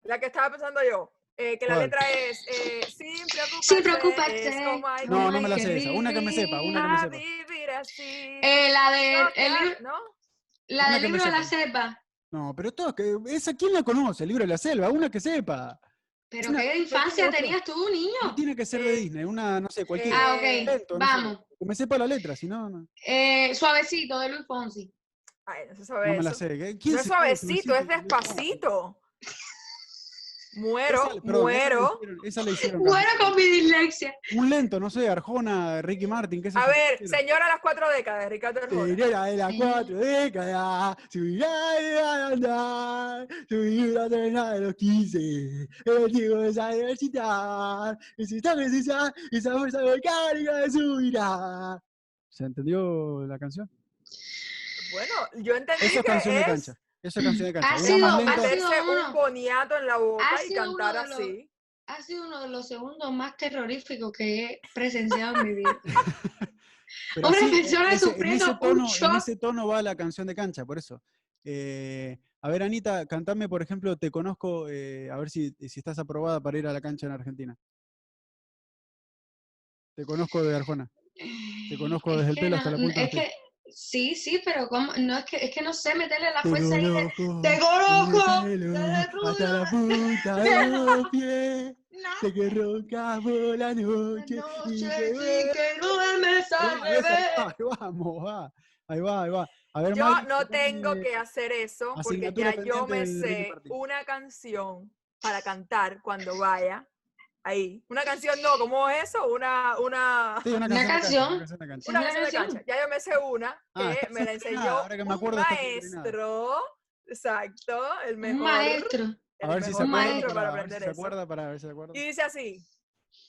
Speaker 3: La que estaba pensando yo. eh, que la
Speaker 1: ¿Cuál?
Speaker 3: letra es eh, Sin preocuparse.
Speaker 2: Sin preocuparse.
Speaker 3: es como hay
Speaker 1: No, no
Speaker 3: que
Speaker 1: me la
Speaker 2: Ay,
Speaker 1: sé
Speaker 2: qué
Speaker 1: esa. Una que me sepa, una que me sepa.
Speaker 3: vivir así.
Speaker 2: Eh, la de,
Speaker 3: No,
Speaker 2: el,
Speaker 3: claro,
Speaker 2: libro-
Speaker 3: ¿no?
Speaker 2: la
Speaker 1: Una
Speaker 2: del
Speaker 1: que me
Speaker 2: libro de la selva.
Speaker 1: No, pero todas que. Esa, ¿quién la conoce? El libro de la selva, una que sepa.
Speaker 2: Pero
Speaker 1: Una-
Speaker 2: qué
Speaker 1: yo
Speaker 2: infancia
Speaker 1: tengo otra.
Speaker 2: tenías tú,
Speaker 1: No
Speaker 2: niño.
Speaker 1: tiene que ser de
Speaker 3: Eh,
Speaker 1: Disney, una, no sé, cualquiera.
Speaker 2: Ah,
Speaker 3: eh,
Speaker 2: ok.
Speaker 1: lento, no sé,
Speaker 2: Vamos.
Speaker 1: que me sepa la letra, si no, no,
Speaker 2: Eh, suavecito de Luis Fonsi.
Speaker 3: Ay, no se
Speaker 1: no
Speaker 3: sabe
Speaker 1: me la
Speaker 3: eso.
Speaker 1: sé. ¿Qué- ¿Quién
Speaker 3: No es
Speaker 1: se sabe
Speaker 3: suavecito, es despacito. Muero,
Speaker 1: Esa- perdón, esa la
Speaker 3: muero.
Speaker 1: hicieron- Esa la hicieron. cantar.
Speaker 2: Bueno, con mi dislexia.
Speaker 1: Un lento, no sé, Arjona, Ricky Martin, qué sé
Speaker 3: A
Speaker 1: yo,
Speaker 3: ver,
Speaker 1: cualquiera.
Speaker 3: señora de las cuatro décadas, Ricardo Arjona.
Speaker 1: Señora de las
Speaker 2: Sí.
Speaker 1: cuatro décadas, su vida de andar, su vida de nada de los 15, el chico de esa universidad, y si sabes esa, esa fuerza mecánica de su vida. ¿Se entendió la canción?
Speaker 3: Bueno, yo entendí
Speaker 1: Esa es
Speaker 3: que
Speaker 1: canción de
Speaker 3: es
Speaker 1: cancha. Esa es canción de cancha.
Speaker 2: Ha
Speaker 1: Una
Speaker 2: sido-
Speaker 1: más
Speaker 2: ha
Speaker 1: lenta.
Speaker 2: sido-
Speaker 3: meterse un
Speaker 2: uno.
Speaker 3: boniato en la boca y
Speaker 2: sido uno
Speaker 3: cantar
Speaker 2: de los-
Speaker 3: así.
Speaker 2: Ha sido uno de los segundos más terroríficos que he presenciado en mi vida.
Speaker 1: Pero
Speaker 2: Una
Speaker 1: así,
Speaker 2: persona sufriendo
Speaker 1: ese
Speaker 2: un
Speaker 1: tono, en
Speaker 2: shock.
Speaker 1: ese tono va la canción de cancha, por eso. Eh, a ver, Anita, cantame, por ejemplo, Te Conozco, eh, a ver si, si estás aprobada para ir a la cancha en Argentina. Te conozco de Arjona. *laughs* Te conozco desde el
Speaker 2: que
Speaker 1: pelo hasta la
Speaker 2: no-
Speaker 1: punta de
Speaker 2: Es
Speaker 1: los
Speaker 2: que, sí, sí, pero ¿cómo? No, es, que, es que no sé meterle la
Speaker 1: Te
Speaker 2: fuerza ahí. de-
Speaker 1: conozco
Speaker 2: Te
Speaker 1: desde
Speaker 2: conozco.
Speaker 1: el pelo
Speaker 2: desde el
Speaker 1: hasta la
Speaker 2: rubio-
Speaker 1: punta de los pies.
Speaker 2: No,
Speaker 1: Sé que roncas por la noche y
Speaker 2: noche
Speaker 1: que
Speaker 2: sí que duermes a
Speaker 1: eh, Ahí va, esa-
Speaker 2: beber.
Speaker 1: ah, Vamos, va. Ahí va, ahí va. A A ver,
Speaker 3: Yo
Speaker 1: Mayra,
Speaker 3: no
Speaker 1: ¿qué
Speaker 3: tengo
Speaker 1: tiene?
Speaker 3: que hacer eso
Speaker 1: Ah,
Speaker 3: porque
Speaker 1: asignatura
Speaker 3: ya yo
Speaker 1: pendiente
Speaker 3: me
Speaker 1: de Ricky
Speaker 3: sé
Speaker 1: Martin.
Speaker 3: una canción para cantar cuando vaya ahí. Una canción no, ¿cómo es eso? Una, una,
Speaker 1: Sí, una
Speaker 2: Una
Speaker 1: canción. de cancha,
Speaker 2: Sí,
Speaker 3: *laughs* una
Speaker 2: una
Speaker 3: canción de
Speaker 2: canción.
Speaker 3: cancha. Ya yo me sé una que
Speaker 1: Ah, estás
Speaker 3: me
Speaker 1: *laughs*
Speaker 3: la
Speaker 1: entrenada,
Speaker 3: enseñó
Speaker 1: ahora que me
Speaker 3: un
Speaker 1: acuerdo, estás entrenada.
Speaker 3: maestro. Exacto, el
Speaker 2: Un
Speaker 3: mejor.
Speaker 2: maestro.
Speaker 1: A ver si se
Speaker 2: Un
Speaker 1: acuerda.
Speaker 2: maestro
Speaker 1: para-
Speaker 3: para
Speaker 1: A ver si
Speaker 3: aprender
Speaker 1: se
Speaker 3: eso.
Speaker 1: acuerda para ver si se acuerda.
Speaker 3: Y dice así.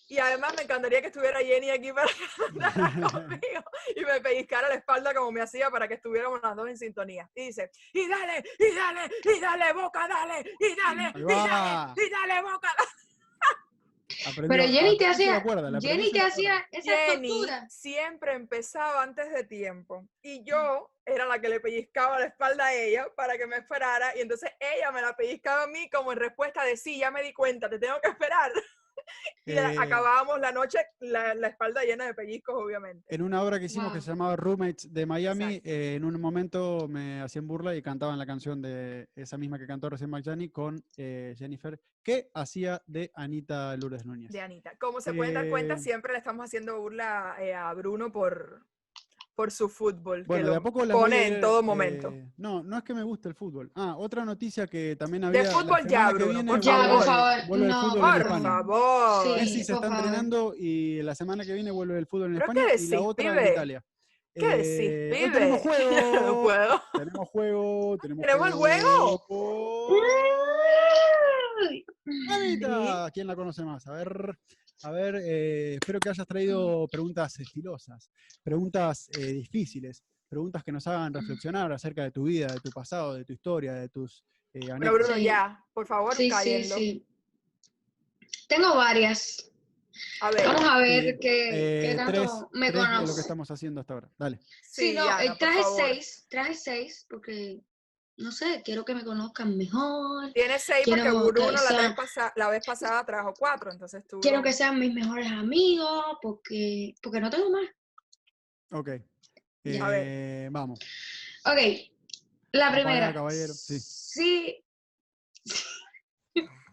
Speaker 3: Y además me encantaría que estuviera Jenny aquí para
Speaker 1: *laughs*
Speaker 3: cantar conmigo y me pellizcara la espalda como me hacía para que estuviéramos las dos en sintonía. Y dice, y dale, y dale, y dale, boca, dale, y dale,
Speaker 1: Ahí
Speaker 3: y
Speaker 1: va.
Speaker 3: dale, y dale, boca.
Speaker 1: Aprendió-
Speaker 2: Pero Jenny te
Speaker 1: aprendió, se
Speaker 2: hacía,
Speaker 1: acuerda, la
Speaker 2: Jenny
Speaker 1: aprendió,
Speaker 2: te
Speaker 1: se acuerda.
Speaker 2: hacía esa
Speaker 3: Jenny
Speaker 2: tortura.
Speaker 3: siempre empezaba antes de tiempo y yo era la que le pellizcaba la espalda a ella para que me esperara y entonces ella me la pellizcaba a mí como en respuesta de sí, ya me di cuenta, te tengo que esperar. y
Speaker 1: Eh,
Speaker 3: a- acabábamos la noche la, la espalda llena de pellizcos, obviamente.
Speaker 1: En una obra que hicimos que
Speaker 2: Wow.
Speaker 1: se llamaba Roommates de Miami,
Speaker 3: Exacto.
Speaker 1: eh, en un momento me hacían burla y cantaban la canción de esa misma que cantó recién Maggiani con eh, Jennifer, que hacía de Anita Lourdes Núñez.
Speaker 3: De Anita. Como se pueden dar
Speaker 1: Eh,
Speaker 3: cuenta, siempre le estamos haciendo burla eh, a Bruno por, por su fútbol. que
Speaker 1: Bueno,
Speaker 3: lo
Speaker 1: de a poco la
Speaker 3: pone
Speaker 1: voy a
Speaker 3: en
Speaker 1: ir,
Speaker 3: todo momento.
Speaker 1: eh, no, no es que me guste el fútbol. Ah, otra noticia que también había. la
Speaker 3: fútbol ya,
Speaker 1: semana que
Speaker 3: Bruno,
Speaker 1: viene
Speaker 3: por
Speaker 1: vuelve-
Speaker 2: favor. Ya, por
Speaker 1: vuelve el
Speaker 2: favor,
Speaker 1: fútbol en
Speaker 3: Por
Speaker 1: España.
Speaker 3: favor.
Speaker 2: Sí.
Speaker 1: Messi se
Speaker 2: por
Speaker 1: está
Speaker 2: favor.
Speaker 1: entrenando y la semana que viene vuelve el fútbol en
Speaker 3: ¿Pero
Speaker 1: España
Speaker 3: qué
Speaker 1: y la
Speaker 3: decís,
Speaker 1: otra en
Speaker 3: pibe?
Speaker 1: Italia.
Speaker 3: ¿Qué decís,
Speaker 1: Eh, hoy
Speaker 3: pibe?
Speaker 1: tenemos
Speaker 3: *laughs* *laughs* No
Speaker 1: juego.
Speaker 3: puedo.
Speaker 1: tenemos juego, tenemos
Speaker 3: ¿Tenemos el juego?
Speaker 1: Mamita, ¿Quién la conoce más? A ver, a ver, eh, espero que hayas traído preguntas estilosas, preguntas eh, difíciles, preguntas que nos hagan reflexionar acerca de tu vida, de tu pasado, de tu historia, de tus eh,
Speaker 3: Bueno,
Speaker 1: anécdotas.
Speaker 3: Bruno,
Speaker 2: Sí.
Speaker 3: ya. Por favor,
Speaker 2: Sí, sí,
Speaker 3: cállenlo.
Speaker 2: sí. Tengo varias.
Speaker 3: A ver.
Speaker 2: Vamos a
Speaker 1: Eh,
Speaker 2: ver qué, qué
Speaker 1: eh,
Speaker 2: tanto
Speaker 1: tres,
Speaker 2: me
Speaker 1: tres de lo que
Speaker 2: conoces.
Speaker 1: estamos haciendo hasta ahora. Dale.
Speaker 2: Sí, no,
Speaker 3: Diana,
Speaker 2: eh,
Speaker 3: por
Speaker 2: traje
Speaker 3: favor.
Speaker 2: seis, traje seis porque, no sé, quiero que me conozcan mejor,
Speaker 3: Tiene seis
Speaker 2: Quiero
Speaker 3: porque
Speaker 2: que
Speaker 3: Bruno la vez,
Speaker 2: sea-
Speaker 3: pasa- la vez pasada trajo cuatro, entonces tú.
Speaker 2: quiero que sean mis mejores amigos, porque, porque no tengo más.
Speaker 1: Ok.
Speaker 2: Ya.
Speaker 3: A ver.
Speaker 1: Eh, vamos.
Speaker 2: Ok, la
Speaker 1: Apaga,
Speaker 2: primera.
Speaker 1: caballero, sí.
Speaker 2: Si, *laughs*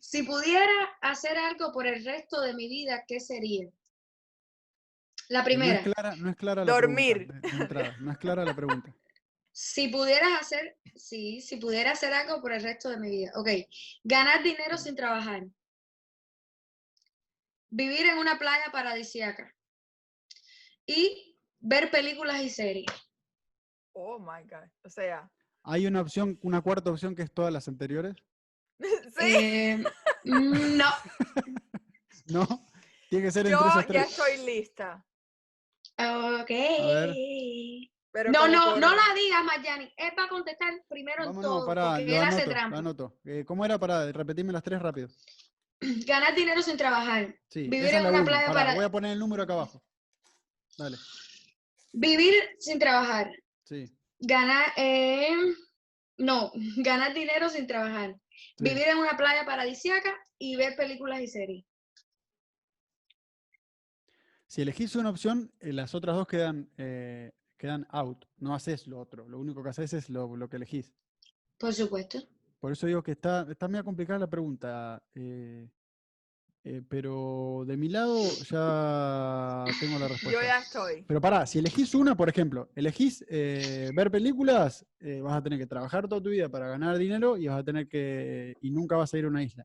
Speaker 2: si pudiera hacer algo por el resto de mi vida, ¿qué sería? La primera.
Speaker 1: No es clara, no es clara la
Speaker 3: Dormir.
Speaker 1: pregunta. de- de entrada, no es clara la pregunta.
Speaker 2: Si pudieras hacer, sí, si pudiera hacer algo por el resto de mi vida. Ok, ganar dinero sin trabajar. Vivir en una playa paradisíaca. Y ver películas y series.
Speaker 3: Oh my God. O sea. *laughs*
Speaker 1: Hay una opción, una cuarta opción que es todas las anteriores.
Speaker 3: Sí.
Speaker 2: Eh, mm, no,
Speaker 1: No, *laughs* tiene que ser
Speaker 3: Yo
Speaker 1: entre esas
Speaker 3: ya
Speaker 1: tres.
Speaker 3: estoy lista.
Speaker 2: ok.
Speaker 1: ver.
Speaker 3: Pero
Speaker 2: No,
Speaker 3: como
Speaker 2: no,
Speaker 3: por-
Speaker 2: no la digas, Mayani. Es para contestar primero en
Speaker 1: Vámonos,
Speaker 2: todo,
Speaker 1: pará,
Speaker 2: porque
Speaker 1: lo
Speaker 2: él hace
Speaker 1: anoto, lo
Speaker 2: trampa.
Speaker 1: anoto. Eh, ¿Cómo era? Pará, repetime las tres rápido.
Speaker 2: Ganar dinero sin trabajar.
Speaker 1: Sí,
Speaker 2: Vivir
Speaker 1: esa es
Speaker 2: en
Speaker 1: la
Speaker 2: una
Speaker 1: uno.
Speaker 2: playa
Speaker 1: Pará,
Speaker 2: para-
Speaker 1: Voy a poner el número acá abajo. Dale,
Speaker 2: Vivir sin trabajar.
Speaker 1: sí.
Speaker 2: Ganar, eh, no, *laughs* ganar dinero sin trabajar.
Speaker 1: sí.
Speaker 2: Vivir en una playa paradisíaca y ver películas y series.
Speaker 1: Si elegís una opción, eh, las otras dos quedan, eh, quedan out. No haces lo otro. Lo único que haces es lo, lo que elegís.
Speaker 2: Por supuesto.
Speaker 1: Por eso digo que está, está medio complicada la pregunta. eh, eh, pero de mi lado ya tengo la respuesta.
Speaker 3: Yo ya estoy.
Speaker 1: Pero pará, si elegís una, por ejemplo, elegís eh, ver películas, eh, vas a tener que trabajar toda tu vida para ganar dinero y vas a tener que. y nunca vas a ir a una isla.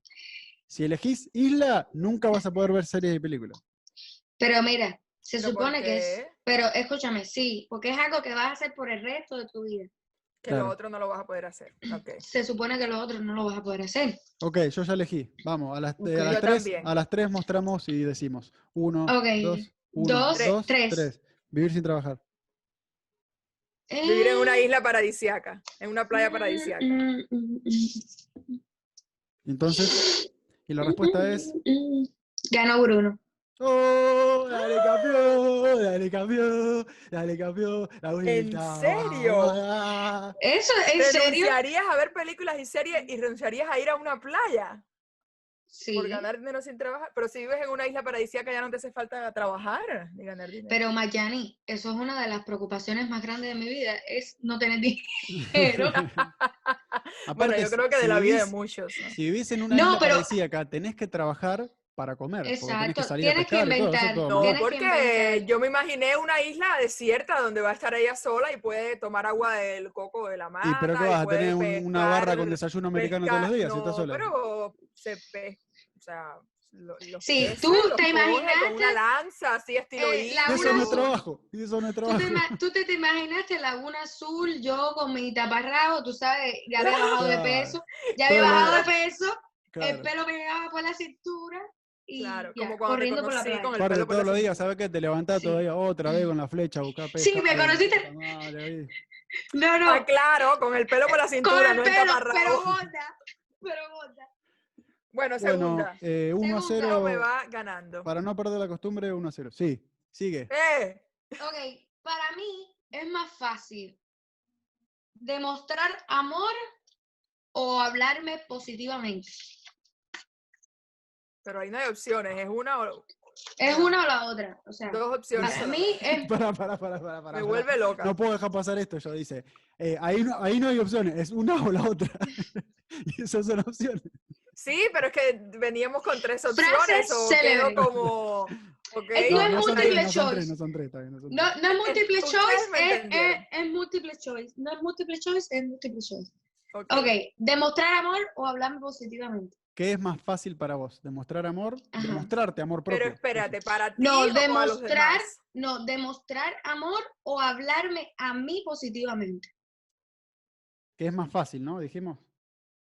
Speaker 1: Si elegís isla, nunca vas a poder ver series y películas.
Speaker 2: Pero mira, se
Speaker 3: Pero
Speaker 2: supone que es.
Speaker 3: porque-
Speaker 2: Pero escúchame, sí, porque es algo que vas a hacer por el resto de tu vida.
Speaker 3: Que
Speaker 1: Claro.
Speaker 3: lo otro no lo vas a poder hacer. Ok.
Speaker 2: Se supone que los otros no lo vas a poder hacer.
Speaker 1: Ok, yo ya elegí. Vamos, a las,
Speaker 2: Ok.
Speaker 1: eh, a las
Speaker 3: Yo
Speaker 1: tres,
Speaker 3: también.
Speaker 1: a las tres mostramos y decimos. Uno,
Speaker 2: Ok.
Speaker 1: dos, uno,
Speaker 2: Dos,
Speaker 1: dos,
Speaker 2: tres.
Speaker 1: tres. Vivir sin trabajar.
Speaker 3: Vivir en una
Speaker 2: Eh,
Speaker 3: isla paradisiaca. En una playa
Speaker 2: mm,
Speaker 3: paradisiaca.
Speaker 2: mm, mm, mm.
Speaker 1: Entonces, y la respuesta es.
Speaker 2: Mm, Ganó Bruno.
Speaker 1: *laughs* ¡Oh! ¡Dale campeón! ¡Dale campeón! ¡Dale campeón! ¡La vuelta!
Speaker 3: serio?
Speaker 1: vamos a
Speaker 3: *laughs*
Speaker 1: dar.
Speaker 2: ¿Eso? ¿En serio?
Speaker 3: ¿Renunciarías a ver películas y series y renunciarías a ir a una playa
Speaker 2: Sí.
Speaker 3: por ganar dinero sin trabajar? Pero si vives en una isla paradisíaca ya no te hace falta trabajar ni ganar dinero.
Speaker 2: Pero Mayani, eso es una de las preocupaciones más grandes de mi vida, es no
Speaker 3: *laughs*
Speaker 2: tener dinero.
Speaker 1: Aparte,
Speaker 3: bueno, yo creo que de
Speaker 1: si
Speaker 3: la vida de
Speaker 1: vivís-
Speaker 3: muchos. ¿no?
Speaker 1: Si vivís en una
Speaker 2: No,
Speaker 1: isla
Speaker 2: pero-
Speaker 1: paradisíaca, tenés que trabajar para comer. porque
Speaker 2: Exacto,
Speaker 1: salir a
Speaker 2: tienes que
Speaker 1: pescar y todo, eso es
Speaker 2: inventar,
Speaker 3: No,
Speaker 1: todo
Speaker 2: No,
Speaker 1: mal.
Speaker 2: tienes que
Speaker 3: porque
Speaker 2: inventar.
Speaker 3: yo me imaginé una isla desierta donde va a estar ella sola y puede tomar agua del coco de la mata.
Speaker 1: Y pero que
Speaker 3: y
Speaker 1: vas a
Speaker 3: puede
Speaker 1: tener un- una barra con
Speaker 3: pescar-
Speaker 1: desayuno americano todos los
Speaker 3: pesca-
Speaker 1: días si estás
Speaker 3: no,
Speaker 1: sola.
Speaker 3: Pero se pe- o sea, lo- los
Speaker 2: Sí,
Speaker 3: peces
Speaker 2: tú
Speaker 3: los
Speaker 2: te
Speaker 3: coge Con una
Speaker 2: imaginaste,
Speaker 3: lanza así estilo
Speaker 2: eh, la
Speaker 1: De eso no es
Speaker 2: Laura-
Speaker 1: trabajo, y de eso no es
Speaker 2: ¿Tú
Speaker 1: trabajo.
Speaker 2: te, ima- tú te, te imaginaste Laguna Azul, yo con mi taparrabo, tú sabes, ya había bajado de
Speaker 1: Claro.
Speaker 2: peso, ya había
Speaker 1: Todo
Speaker 2: bajado de
Speaker 1: bien.
Speaker 2: peso,
Speaker 1: Claro.
Speaker 2: el pelo me llegaba por la cintura y
Speaker 3: Claro,
Speaker 2: ya,
Speaker 3: como cuando te
Speaker 2: corriendo por la
Speaker 3: conocí
Speaker 2: playa.
Speaker 3: con el
Speaker 1: Parte
Speaker 3: pelo por
Speaker 1: todos
Speaker 3: la
Speaker 1: los días, ¿sabes qué? Te levantás
Speaker 2: Sí.
Speaker 1: todavía otra vez con la flecha a buscar pesca.
Speaker 2: Sí, me
Speaker 1: Ay,
Speaker 2: conociste.
Speaker 1: puta madre, ahí.
Speaker 2: No, no,
Speaker 3: Ah, claro, con el pelo por la cintura,
Speaker 2: con el
Speaker 3: no
Speaker 2: pelo,
Speaker 3: está
Speaker 2: pero gorda, pero gorda.
Speaker 3: Bueno,
Speaker 1: Bueno,
Speaker 3: segunda.
Speaker 1: eh, 1 a
Speaker 2: Segunda,
Speaker 1: 0.
Speaker 3: Pero me va ganando.
Speaker 1: Para no perder la costumbre, 1 a 0. Sí, sigue. *laughs*
Speaker 3: ¡Eh!
Speaker 2: Ok, para mí es más fácil demostrar amor o hablarme positivamente.
Speaker 3: Pero ahí no hay opciones, es una o
Speaker 2: Es una o la otra, o sea,
Speaker 3: dos opciones.
Speaker 2: para
Speaker 3: solo.
Speaker 2: mí es...
Speaker 1: Para, para, para, para.
Speaker 3: me vuelve loca.
Speaker 1: No puedo dejar pasar esto, yo dice. Eh, ahí, no, ahí no hay opciones, es una o la otra. *laughs* y esas son opciones.
Speaker 3: Sí, pero es que veníamos con tres
Speaker 2: Frase
Speaker 3: opciones o quedó
Speaker 2: célebre.
Speaker 3: como. ok,
Speaker 2: Eh, no es
Speaker 1: son
Speaker 2: múltiple
Speaker 1: tres, no son tres,
Speaker 2: choice.
Speaker 1: no son tres, está bien, no son
Speaker 2: No,
Speaker 1: tres.
Speaker 2: no es múltiple
Speaker 3: ustedes
Speaker 2: choice,
Speaker 3: me
Speaker 2: es, es,
Speaker 3: entendieron.
Speaker 2: es múltiple choice. No es múltiple choice, es múltiple choice.
Speaker 3: ok.
Speaker 2: Ok, demostrar amor o hablarme positivamente.
Speaker 1: ¿Qué es más fácil para vos? ¿Demostrar amor?
Speaker 2: Ajá.
Speaker 1: ¿Demostrarte amor propio?
Speaker 3: Pero espérate, para ti.
Speaker 2: No,
Speaker 3: o para los
Speaker 2: demostrar-
Speaker 3: demás?
Speaker 2: No, demostrar amor o hablarme a mí positivamente.
Speaker 1: ¿Qué es más fácil, no? Dijimos.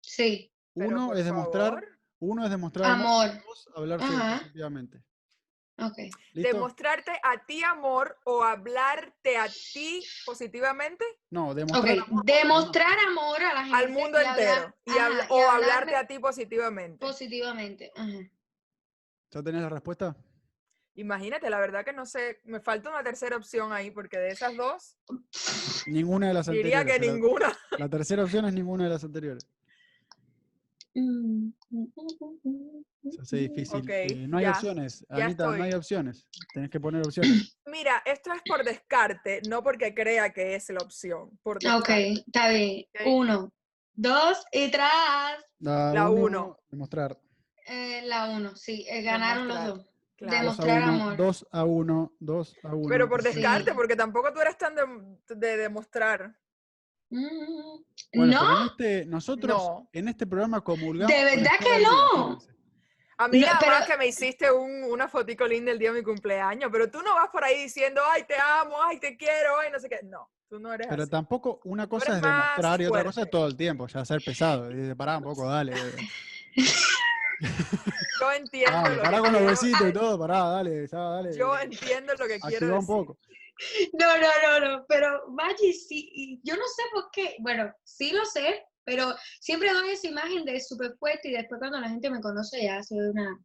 Speaker 2: Sí,
Speaker 3: Pero,
Speaker 1: Uno
Speaker 3: por
Speaker 1: es demostrar,
Speaker 3: favor,
Speaker 1: uno es demostrar amor,
Speaker 2: amor.
Speaker 1: dos, hablarse
Speaker 2: Ajá.
Speaker 1: positivamente.
Speaker 2: Ok.
Speaker 1: ¿Listo?
Speaker 3: Demostrarte a ti amor o hablarte a ti positivamente
Speaker 1: no, demostrar
Speaker 2: Ok,
Speaker 1: amor.
Speaker 2: demostrar amor a la gente.
Speaker 3: al mundo
Speaker 2: y hablar- Pues
Speaker 3: entero y
Speaker 2: ajá,
Speaker 3: habla-
Speaker 2: y
Speaker 3: o
Speaker 2: hablarme
Speaker 3: hablarte a ti positivamente.
Speaker 2: positivamente. Ajá.
Speaker 1: ¿Ya tenés la respuesta?
Speaker 3: Imagínate, la verdad que no sé, me falta una tercera opción ahí porque de esas dos
Speaker 1: Ninguna de las
Speaker 3: diría
Speaker 1: anteriores.
Speaker 3: que
Speaker 1: la-
Speaker 3: ninguna. *laughs*
Speaker 1: La, tercera opción es ninguna de las anteriores.
Speaker 2: Mm.
Speaker 1: Se hace difícil.
Speaker 3: Mm, Ok,
Speaker 1: Eh, no hay
Speaker 3: ya,
Speaker 1: opciones,
Speaker 3: ya
Speaker 1: Anita, no hay
Speaker 3: estoy.
Speaker 1: opciones. Tenés que poner opciones.
Speaker 3: Mira, esto es por descarte, no porque crea que es la opción. Por
Speaker 2: Ah, Ok,
Speaker 3: descarte.
Speaker 2: está bien.
Speaker 3: Ok.
Speaker 2: Uno, dos y tras.
Speaker 1: La,
Speaker 3: La
Speaker 1: uno,
Speaker 3: uno.
Speaker 1: Demostrar.
Speaker 2: Eh, la uno, sí, eh, ganaron los
Speaker 3: Demostrar,
Speaker 2: dos.
Speaker 1: Dos
Speaker 3: claro.
Speaker 1: a
Speaker 2: Demostrar
Speaker 1: uno,
Speaker 2: amor.
Speaker 1: dos a uno, dos a uno.
Speaker 3: Pero por
Speaker 1: Sí.
Speaker 3: descarte,
Speaker 2: Sí.
Speaker 3: porque tampoco tú eres tan de, de demostrar.
Speaker 2: Mm,
Speaker 1: Bueno,
Speaker 2: no,
Speaker 1: pero en este- nosotros
Speaker 3: No.
Speaker 1: en este programa comulgamos.
Speaker 2: De
Speaker 1: con
Speaker 2: verdad
Speaker 1: estar
Speaker 2: que
Speaker 1: al día,
Speaker 2: no.
Speaker 1: fíjense.
Speaker 3: A mí
Speaker 2: No,
Speaker 3: nada
Speaker 2: pero-
Speaker 3: más que me hiciste un- una fotico linda el día de mi cumpleaños, pero tú no vas por ahí diciendo, ay, te amo, ay, te quiero, ay, no sé qué. No, tú no eres
Speaker 1: Pero
Speaker 3: así.
Speaker 1: tampoco una cosa
Speaker 3: eres
Speaker 1: es
Speaker 3: más
Speaker 1: demostrar y otra cosa es
Speaker 3: fuerte.
Speaker 1: todo el tiempo, ya ser pesado. Y dice, pará un poco, dale. dale.
Speaker 3: Yo *laughs* entiendo
Speaker 1: Dale,
Speaker 3: lo
Speaker 1: pará
Speaker 3: que
Speaker 1: con los
Speaker 3: quiero- ah,
Speaker 1: besitos y todo, pará, dale, ya, dale. eh,
Speaker 3: Yo entiendo lo que quiero
Speaker 1: Activa
Speaker 3: decir.
Speaker 1: un poco. pues,
Speaker 2: no, no, no, no, pero Maggi, sí, y yo no sé por qué, bueno, sí lo sé, pero siempre doy esa imagen de superpuesta y después cuando la gente me conoce ya soy una,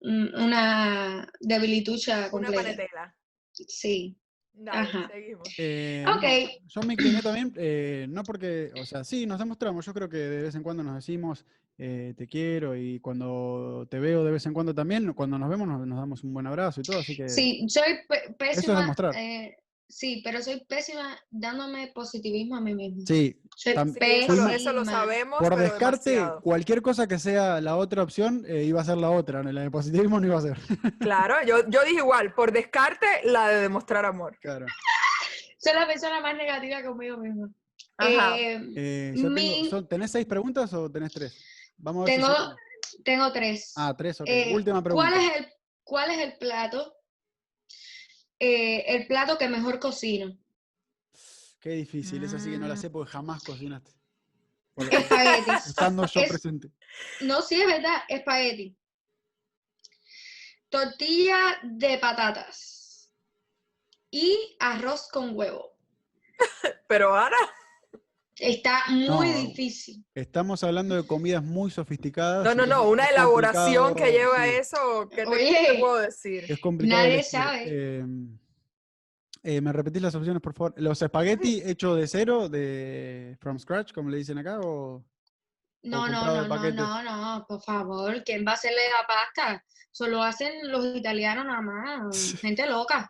Speaker 2: un- una debilitucha
Speaker 3: Una
Speaker 2: completa.
Speaker 3: panetela.
Speaker 2: Sí.
Speaker 3: Dale,
Speaker 2: Ajá.
Speaker 3: seguimos.
Speaker 1: Eh,
Speaker 2: Ok.
Speaker 1: no, yo me incliné también, eh, no porque, o sea, sí, nos demostramos, yo creo que de vez en cuando nos decimos eh, te quiero y cuando te veo de vez en cuando también, cuando nos vemos nos, nos damos un buen abrazo y todo, así que
Speaker 2: Sí, soy pe- pésima.
Speaker 1: demostrar.
Speaker 2: eh, sí, pero soy pésima dándome positivismo a mí misma.
Speaker 1: sí,
Speaker 2: Soy
Speaker 1: tam-
Speaker 3: Sí, eso, lo,
Speaker 1: Fuimos-
Speaker 3: eso lo
Speaker 2: pésima.
Speaker 3: sabemos.
Speaker 1: por
Speaker 3: pero
Speaker 1: descarte,
Speaker 3: demasiado.
Speaker 1: cualquier cosa que sea la otra opción eh, iba a ser la otra, la de positivismo no iba a ser. *laughs*
Speaker 3: Claro, yo, yo dije igual, por descarte, la de demostrar amor.
Speaker 1: Claro.
Speaker 2: Soy la persona más negativa conmigo misma.
Speaker 3: Ajá.
Speaker 2: Eh,
Speaker 1: Eh, yo tengo-
Speaker 2: Mi-
Speaker 1: son- ¿Tenés seis preguntas o tenés tres? Vamos a ver si
Speaker 2: tengo,
Speaker 1: son-
Speaker 2: tengo tres.
Speaker 1: Ah, tres, ok.
Speaker 2: Eh,
Speaker 1: Última pregunta.
Speaker 2: ¿Cuál es el, cuál es el plato? eh, el plato que mejor cocino.
Speaker 1: Qué difícil, esa sí que no la sé porque jamás cocinaste. Por- *laughs*
Speaker 2: Espaguetis.
Speaker 1: Estando yo
Speaker 2: Es-
Speaker 1: presente.
Speaker 2: no, sí, es verdad, espagueti. Tortilla de patatas. Y arroz con huevo.
Speaker 3: Pero ahora,
Speaker 1: Ah,
Speaker 2: Está muy
Speaker 1: No.
Speaker 2: difícil.
Speaker 1: Estamos hablando de comidas muy sofisticadas.
Speaker 3: no, no,
Speaker 1: y
Speaker 3: no,
Speaker 1: es-
Speaker 3: una
Speaker 1: es
Speaker 3: elaboración que
Speaker 1: complicado,
Speaker 3: lleva
Speaker 1: sí,
Speaker 3: eso, que te,
Speaker 2: Oye.
Speaker 3: te puedo decir?
Speaker 2: *laughs*
Speaker 1: Es complicado.
Speaker 2: Nadie
Speaker 1: elegir.
Speaker 2: sabe.
Speaker 1: Eh, eh, ¿Me repetís las opciones, por favor? ¿Los espagueti hechos de cero, de from scratch, como le dicen acá? O...
Speaker 2: No, no,
Speaker 1: comprado
Speaker 2: no,
Speaker 1: en
Speaker 2: no,
Speaker 1: paquetes.
Speaker 2: no, no, por favor, ¿quién va a hacerle la pasta? Solo hacen los italianos nada más, gente loca.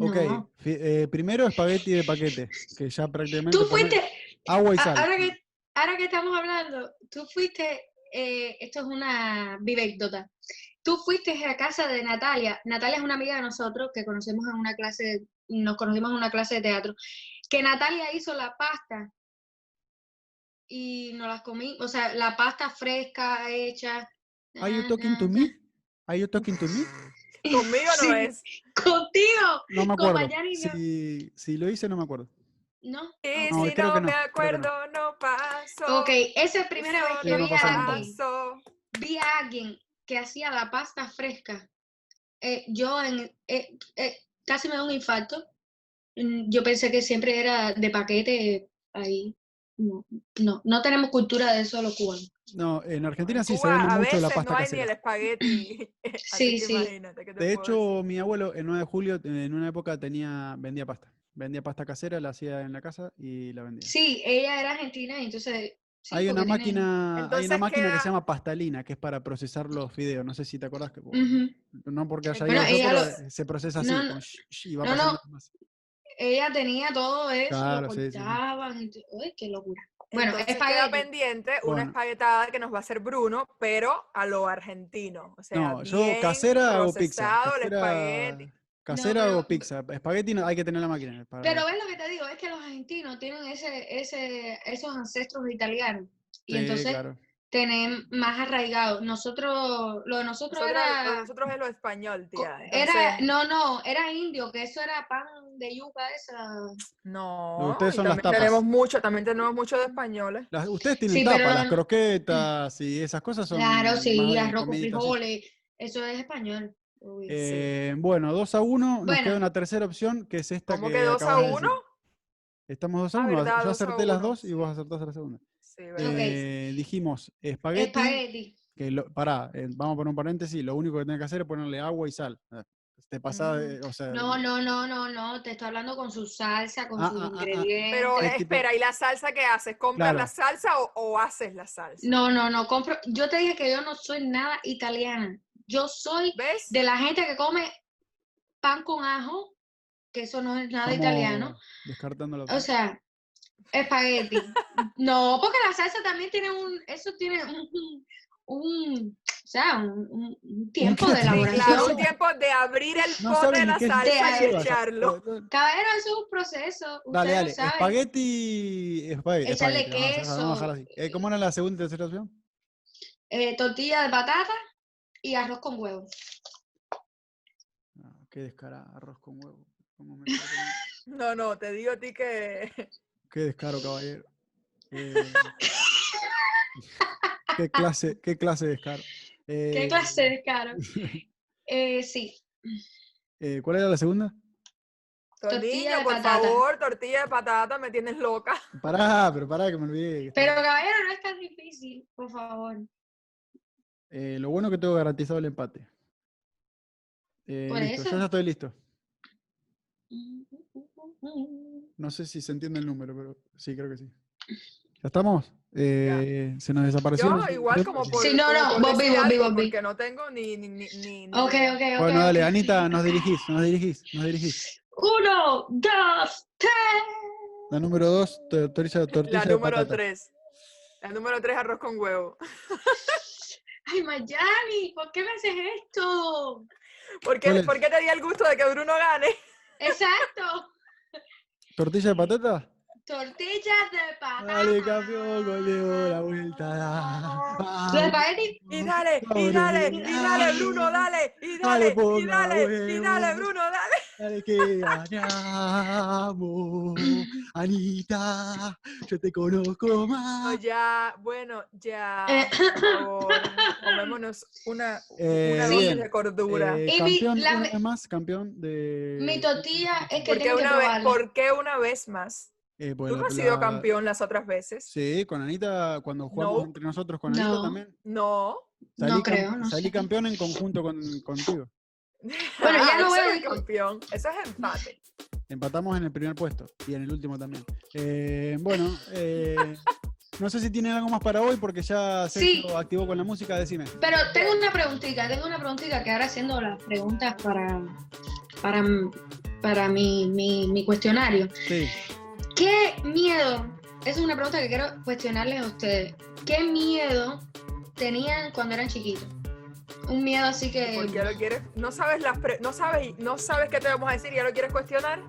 Speaker 1: Ok,
Speaker 2: No.
Speaker 1: fi- eh, primero espagueti de paquete, que ya prácticamente...
Speaker 2: Tú
Speaker 1: ponés
Speaker 2: fuiste,
Speaker 1: Agua y
Speaker 2: a-
Speaker 1: sal.
Speaker 2: ahora que, ahora que estamos hablando, tú fuiste eh, esto es una vivécdota. Tú fuiste a casa de Natalia. Natalia es una amiga de nosotros que conocemos en una clase, de- nos conocimos en una clase de teatro. Que Natalia hizo la pasta y nos las comí, o sea, la pasta fresca hecha.
Speaker 1: Are you talking to
Speaker 2: Ah,
Speaker 1: me? Are you talking to me?
Speaker 3: Conmigo no
Speaker 2: Sí.
Speaker 3: es.
Speaker 2: Contigo,
Speaker 1: No me acuerdo.
Speaker 2: Mayari yo-
Speaker 1: Si, si lo hice, no me acuerdo.
Speaker 2: ¿no?
Speaker 3: Y
Speaker 1: No,
Speaker 3: si
Speaker 1: creo
Speaker 3: no,
Speaker 1: que no, creo que
Speaker 3: me
Speaker 1: no.
Speaker 3: acuerdo, no, paso.
Speaker 2: Ok, esa es la primera vez
Speaker 1: Sí,
Speaker 2: que
Speaker 1: no
Speaker 2: vi
Speaker 1: pasa
Speaker 2: a
Speaker 1: nada.
Speaker 2: alguien vi a alguien que hacía la pasta fresca, eh, yo en- eh, eh, casi me da un infarto. Mm, Yo pensé que siempre era de paquete eh, ahí. No, no, no tenemos cultura de eso los cubanos.
Speaker 1: No, en Argentina
Speaker 3: En
Speaker 1: sí se
Speaker 3: Cuba,
Speaker 1: vende
Speaker 3: a
Speaker 1: mucho la
Speaker 3: veces
Speaker 1: pasta
Speaker 3: no hay
Speaker 1: casera.
Speaker 3: ni el
Speaker 2: *laughs*
Speaker 3: espagueti. *laughs* *laughs*
Speaker 2: Sí,
Speaker 3: Así que
Speaker 2: sí.
Speaker 3: imagínate,
Speaker 1: De
Speaker 3: ¿qué te puedo decir?
Speaker 1: hecho, mi abuelo el 9 de julio, en una época, tenía vendía pasta. Vendía pasta casera, la hacía en la casa y la vendía.
Speaker 2: Sí, ella era argentina, y entonces. sí,
Speaker 1: hay una
Speaker 2: porque tienen-
Speaker 1: máquina, hay una
Speaker 3: Entonces
Speaker 1: máquina que
Speaker 3: queda-
Speaker 1: se llama pastalina, que es para procesar los fideos. No sé si te acordás que
Speaker 3: Mm.
Speaker 2: Ujú.
Speaker 1: no porque haya
Speaker 3: Bueno,
Speaker 1: ido yo,
Speaker 2: ella
Speaker 1: pero
Speaker 2: lo-
Speaker 1: eh, se procesa así,
Speaker 2: no, no.
Speaker 1: con sh- sh- y va
Speaker 2: No,
Speaker 1: pasando
Speaker 2: no.
Speaker 1: más.
Speaker 2: Ella tenía todo eso,
Speaker 1: Claro,
Speaker 2: lo
Speaker 1: sí, sí, sí.
Speaker 2: cortaban. ento- ¡Ay, qué locura! Bueno,
Speaker 3: Entonces queda
Speaker 2: espagueti.
Speaker 3: pendiente una
Speaker 1: Bueno.
Speaker 3: espaguetada que nos va a hacer Bruno, pero a lo argentino. O sea,
Speaker 1: No, yo
Speaker 3: bien
Speaker 1: casera o pizza.
Speaker 3: procesado el
Speaker 1: Casera,
Speaker 3: espagueti.
Speaker 1: casera o
Speaker 2: pero-
Speaker 1: pizza. Espagueti no, hay que tener la máquina. para-
Speaker 2: Pero ves lo que te digo, es que los argentinos tienen ese, ese, esos ancestros italianos. Y
Speaker 1: Sí,
Speaker 2: entonces
Speaker 1: claro.
Speaker 2: tener más arraigado. Nosotros, lo de nosotros,
Speaker 3: Nosotros,
Speaker 2: era,
Speaker 3: nosotros es lo español,
Speaker 2: co-
Speaker 3: tía.
Speaker 2: era,
Speaker 3: entonces,
Speaker 2: no, no, era indio, que eso era pan de yuca esa.
Speaker 3: no.
Speaker 1: Lo de ustedes
Speaker 3: y
Speaker 1: son las
Speaker 3: también
Speaker 1: tapas.
Speaker 3: tenemos mucho, también tenemos mucho de españoles.
Speaker 1: Las- ustedes tienen
Speaker 2: Sí,
Speaker 1: tapa,
Speaker 2: pero
Speaker 1: las
Speaker 2: no-
Speaker 1: croquetas y esas cosas son.
Speaker 2: claro,
Speaker 1: más
Speaker 2: sí,
Speaker 1: de
Speaker 2: arroz con
Speaker 1: comiditas, sí.
Speaker 2: frijoles, eso es español. obvio.
Speaker 1: Eh, Bueno, 2 a 1. Nos
Speaker 2: Bueno.
Speaker 1: queda una tercera opción que es esta.
Speaker 3: ¿Cómo
Speaker 1: que
Speaker 3: que 2 a
Speaker 1: acabas de decir.
Speaker 3: 1?
Speaker 1: Estamos 2 a
Speaker 3: Ah,
Speaker 1: 1.
Speaker 3: verdad,
Speaker 1: Yo
Speaker 3: dos a
Speaker 1: acerté las
Speaker 3: uno,
Speaker 1: dos y
Speaker 3: sí.
Speaker 1: vos acertaste la segunda.
Speaker 3: Sí, ¿verdad?
Speaker 2: Ok.
Speaker 1: Eh, dijimos espagueti.
Speaker 2: Espagueti.
Speaker 1: Que lo- pará, eh, vamos a poner un paréntesis. Lo único que tenés que hacer es ponerle agua y sal. Eh, Te pasás,
Speaker 3: Mm.
Speaker 1: de- o sea,
Speaker 2: No, no, no, no, no, te estoy hablando con su salsa, con
Speaker 1: Ah,
Speaker 2: sus
Speaker 1: ah, ah, ah.
Speaker 2: ingredientes.
Speaker 3: Pero
Speaker 1: Es que te-
Speaker 3: espera, ¿y la salsa qué haces? ¿Compras
Speaker 1: Claro.
Speaker 3: la salsa o, o haces la salsa?
Speaker 2: No, no, no, compro. Yo te dije que yo no soy nada italiana. Yo soy
Speaker 3: ¿Ves?
Speaker 2: de la gente que come pan con ajo, que eso no es nada
Speaker 1: estamos
Speaker 2: italiano.
Speaker 1: Descartando la
Speaker 2: O sea, espagueti. No, porque la salsa también tiene un, eso tiene un, un- o sea, un, un- un tiempo
Speaker 1: tiempo.
Speaker 2: de
Speaker 3: Sí, claro, un
Speaker 2: elaboración.
Speaker 3: tiempo de abrir el
Speaker 1: No
Speaker 3: pote
Speaker 1: saben
Speaker 3: de
Speaker 1: ni
Speaker 3: la
Speaker 1: qué es
Speaker 3: salsa y
Speaker 2: salsa.
Speaker 3: echarlo.
Speaker 2: Caballero, eso es un proceso.
Speaker 1: Dale, dale.
Speaker 2: ustedes lo saben.
Speaker 1: Espagueti. Espagueti.
Speaker 2: Échale
Speaker 1: espagueti, vamos a dejar- vamos a dejar así. Eh, ¿Cómo era la segunda y tercera opción?
Speaker 2: Eh, tortilla de patata y arroz con huevo.
Speaker 1: Ah, qué descarada, arroz con huevo. ¿Cómo me quedé con-
Speaker 3: No, no, te digo a ti que *laughs*
Speaker 1: Qué descaro, caballero. Eh, *laughs* qué clase, qué clase de descaro.
Speaker 2: Qué
Speaker 1: Eh,
Speaker 2: clase de
Speaker 1: *laughs*
Speaker 2: caro. Eh, sí,
Speaker 1: eh, ¿Cuál era la segunda?
Speaker 2: Tortilla
Speaker 3: Tortilla,
Speaker 2: de
Speaker 3: por
Speaker 2: patata.
Speaker 3: favor, tortilla de patata, me tienes loca.
Speaker 1: Pará, pero pará que me olvidé. que
Speaker 2: pero
Speaker 1: estaba-
Speaker 2: caballero, no es tan difícil, por favor.
Speaker 1: Eh, lo bueno que tengo garantizado el empate. Eh,
Speaker 2: Por
Speaker 1: listo, yo
Speaker 2: eso.
Speaker 1: ya estoy listo. No sé si se entiende el número, pero sí, creo que
Speaker 3: *laughs*
Speaker 1: sí. ¿Ya estamos? Eh, Se nos desapareció.
Speaker 3: Yo
Speaker 1: no sé,
Speaker 3: igual
Speaker 1: creo
Speaker 3: como
Speaker 1: que-
Speaker 3: por,
Speaker 2: Sí, no,
Speaker 3: como
Speaker 2: no,
Speaker 3: por
Speaker 2: vos
Speaker 3: decir
Speaker 2: vi, vos vi,
Speaker 3: algo,
Speaker 2: vos vi.
Speaker 3: porque no tengo ni... ni, ni, ni- ni-
Speaker 2: Ok, ok, ok.
Speaker 1: Bueno, dale,
Speaker 2: ok.
Speaker 3: *laughs*
Speaker 1: Anita, nos dirigís, nos dirigís, nos dirigís.
Speaker 2: Uno, dos, tres.
Speaker 1: La número dos, te autoriza tortilla
Speaker 3: La
Speaker 1: de
Speaker 3: número
Speaker 1: patata.
Speaker 3: 3. La número 3, arroz con huevo. *laughs*
Speaker 2: Ay, Miami, ¿por qué me haces esto?
Speaker 3: ¿Por
Speaker 1: ¿Cuál
Speaker 3: qué,
Speaker 1: es?
Speaker 3: por qué te di el gusto de que Bruno gane?
Speaker 2: Exacto.
Speaker 1: ¿Tortilla de patata?
Speaker 2: Tortillas de patata.
Speaker 1: Dale, campeón, gol de oro, la vuelta. da.
Speaker 2: Los
Speaker 1: Vamos,
Speaker 2: espaguetis,
Speaker 3: Y dale, y dale, y dale, Bruno, dale, y dale,
Speaker 1: por
Speaker 3: y
Speaker 1: la
Speaker 3: dale, y dale,
Speaker 1: huevo.
Speaker 3: Bruno, dale.
Speaker 1: dale que ganamos. Anita, yo te conozco
Speaker 3: No,
Speaker 1: más.
Speaker 3: ya, bueno, ya.
Speaker 2: Ah. Eh,
Speaker 3: Por favor,
Speaker 2: *laughs*
Speaker 3: comémonos una,
Speaker 1: Eh,
Speaker 3: una dosis
Speaker 1: bien,
Speaker 3: de cordura.
Speaker 1: Eh,
Speaker 2: Y mi-
Speaker 1: campeón,
Speaker 2: la
Speaker 1: una
Speaker 2: ve-
Speaker 1: vez más, campeón de.
Speaker 2: mi tortilla es que
Speaker 3: ¿Por, qué
Speaker 2: tengo que
Speaker 3: una vez,
Speaker 2: probarla.
Speaker 3: ¿Por qué una vez más?
Speaker 1: Eh,
Speaker 3: Tú
Speaker 1: bueno,
Speaker 3: no has
Speaker 1: la-
Speaker 3: sido campeón las otras veces.
Speaker 1: Sí, con Anita, cuando jugamos
Speaker 3: No.
Speaker 1: entre nosotros con Anita
Speaker 2: No.
Speaker 1: también.
Speaker 3: No.
Speaker 2: No
Speaker 1: cam-
Speaker 2: creo, no
Speaker 1: salí
Speaker 2: sé.
Speaker 1: campeón en conjunto con, contigo.
Speaker 2: Bueno, ya
Speaker 3: *laughs* Ah,
Speaker 2: lo
Speaker 3: eso
Speaker 2: voy a
Speaker 3: no es
Speaker 2: discu-
Speaker 3: campeón. Eso es empate.
Speaker 1: Empatamos en el primer puesto y en el último también. Eh, bueno,
Speaker 2: *laughs*
Speaker 1: eh, no sé si tienen algo más para hoy porque ya se
Speaker 2: Sí.
Speaker 1: activó con la música, decime.
Speaker 2: Pero tengo una preguntita, tengo una preguntita que ahora haciendo las preguntas para, para, para mi, mi, mi cuestionario.
Speaker 1: Sí.
Speaker 2: ¿Qué miedo? Esa es una pregunta que quiero cuestionarles a ustedes. ¿Qué miedo tenían cuando eran chiquitos. Un miedo así que...
Speaker 3: Porque ya lo quieres, no sabes las pre- no sabes, no sabes qué te vamos a decir y ya lo quieres cuestionar.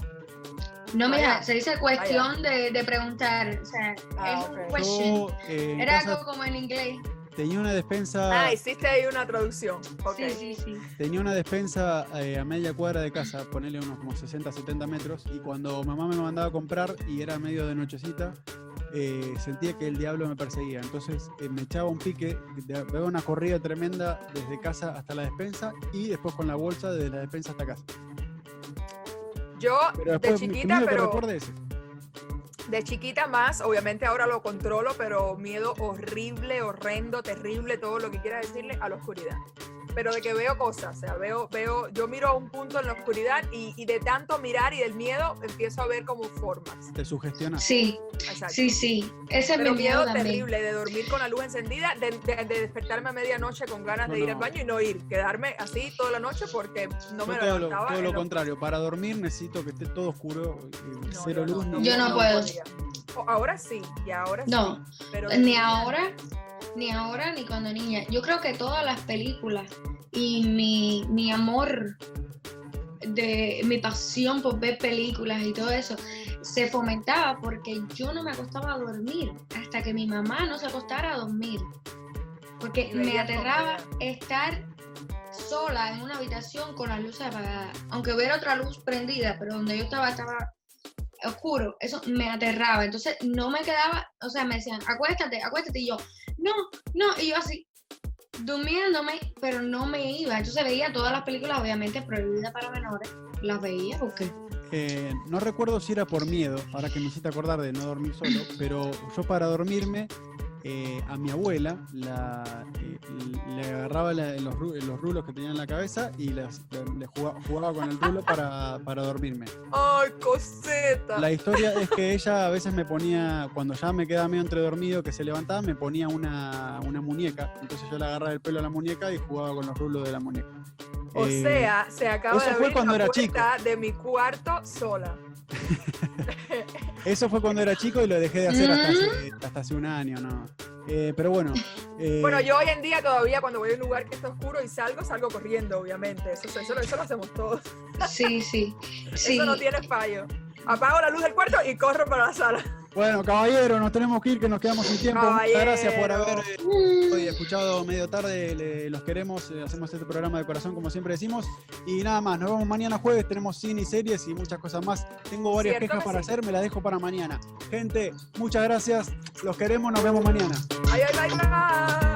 Speaker 2: No, mira,
Speaker 3: Vaya.
Speaker 2: se dice cuestión de, de preguntar. O sea,
Speaker 3: Ah,
Speaker 2: es
Speaker 3: ok.
Speaker 2: question.
Speaker 1: Yo, eh, en
Speaker 2: Pues Era
Speaker 1: casa
Speaker 2: algo como en inglés.
Speaker 1: tenía una despensa,
Speaker 3: Ah, hiciste ahí una traducción. Ok.
Speaker 2: Sí, sí, sí.
Speaker 1: tenía una despensa eh, a media cuadra de casa, ponele unos como 60, 70 metros, y cuando mamá me mandaba a comprar y era medio de nochecita, eh, sentía que el diablo me perseguía. Entonces eh, me echaba un pique, de- daba una corrida tremenda desde casa hasta la despensa y después con la bolsa desde la despensa hasta casa.
Speaker 3: Yo
Speaker 1: Pero
Speaker 3: de
Speaker 1: después, mi- mi
Speaker 3: chiquita,
Speaker 1: miedo que
Speaker 3: pero
Speaker 1: recuerde ese.
Speaker 3: de chiquita más, obviamente ahora lo controlo, pero miedo horrible, horrendo, terrible, todo lo que quieras decirle a la oscuridad. Pero de que veo cosas, o sea, veo, veo, yo miro a un punto en la oscuridad y, y de tanto mirar y del miedo empiezo a ver como formas.
Speaker 1: Te sugestionas.
Speaker 2: Sí,
Speaker 3: Ah. Exacto.
Speaker 2: sí, sí. Ese es
Speaker 3: Pero
Speaker 2: mi miedo
Speaker 3: miedo
Speaker 2: también.
Speaker 3: terrible de dormir con la luz encendida, de, de- de despertarme a medianoche con ganas
Speaker 1: No,
Speaker 3: de ir
Speaker 1: no.
Speaker 3: al baño y no ir, quedarme así toda la noche porque no me
Speaker 1: Yo te hablo
Speaker 3: levantaba.
Speaker 1: todo
Speaker 3: en
Speaker 1: lo
Speaker 3: la-
Speaker 1: contrario. Para dormir necesito que esté todo oscuro, eh,
Speaker 3: No,
Speaker 1: cero luz. ni-
Speaker 2: Yo no puedo.
Speaker 3: podía. O- Ahora sí, ya ahora
Speaker 2: No,
Speaker 3: sí. Pero
Speaker 2: ni ahora, ni ahora, ni cuando niña. Yo creo que todas las películas y mi, mi amor, de mi pasión por ver películas y todo eso, se fomentaba porque yo no me acostaba a dormir hasta que mi mamá no se acostara a dormir. Porque
Speaker 3: Y
Speaker 2: me
Speaker 3: veías
Speaker 2: aterraba
Speaker 3: comida.
Speaker 2: estar sola en una habitación con las luces apagadas, aunque hubiera otra luz prendida, pero donde yo estaba estaba oscuro, eso me aterraba, entonces no me quedaba, o sea, me decían, acuéstate, acuéstate, y yo, no, no, y yo así, durmiéndome, pero no me iba, entonces veía todas las películas, obviamente prohibidas para menores, las veía porque
Speaker 1: Eh, no recuerdo si era por miedo, ahora que me hiciste acordar de no dormir solo, pero yo para dormirme eh, a mi abuela la, eh, le agarraba la- los, ru- los rulos que tenía en la cabeza y las- le jugaba, jugaba con el rulo para, para dormirme.
Speaker 3: ¡Ay, coseta!
Speaker 1: La historia es que ella a veces me ponía, cuando ya me quedaba medio entredormido, que se levantaba, me ponía una, una muñeca. Entonces yo le agarraba el pelo a la muñeca y jugaba con los rulos de la muñeca.
Speaker 3: O
Speaker 1: Eh,
Speaker 3: sea, se acaba
Speaker 1: eso
Speaker 3: de
Speaker 1: fue
Speaker 3: abrir
Speaker 1: cuando
Speaker 3: la
Speaker 1: era
Speaker 3: puerta de mi cuarto sola.
Speaker 1: Eso fue cuando era chico y lo dejé de hacer
Speaker 3: Mm.
Speaker 1: hasta hace, hasta hace un año, ¿no? Eh, pero bueno. eh,
Speaker 3: Bueno, yo hoy en día todavía cuando voy a un lugar que está oscuro y salgo, salgo corriendo, obviamente. Eso, eso, eso lo hacemos todos.
Speaker 2: sí, sí, sí.
Speaker 3: Eso no tiene fallo. Apago la luz del cuarto y corro para la sala.
Speaker 1: Bueno, caballero, nos tenemos que ir, que nos quedamos sin tiempo. Muchas
Speaker 3: Caballero.
Speaker 1: gracias por haber eh,
Speaker 2: Mm.
Speaker 1: hoy escuchado medio tarde. le- los queremos, eh, hacemos este programa de corazón, como siempre decimos. Y nada más, nos vemos mañana jueves. Tenemos cine y series y muchas cosas más. Tengo varias
Speaker 3: Cierto
Speaker 1: quejas
Speaker 3: que
Speaker 1: para
Speaker 3: sí.
Speaker 1: hacer, me las dejo para mañana. Gente, muchas gracias. Los queremos, nos vemos mañana.
Speaker 3: Ay, ay, bye, bye.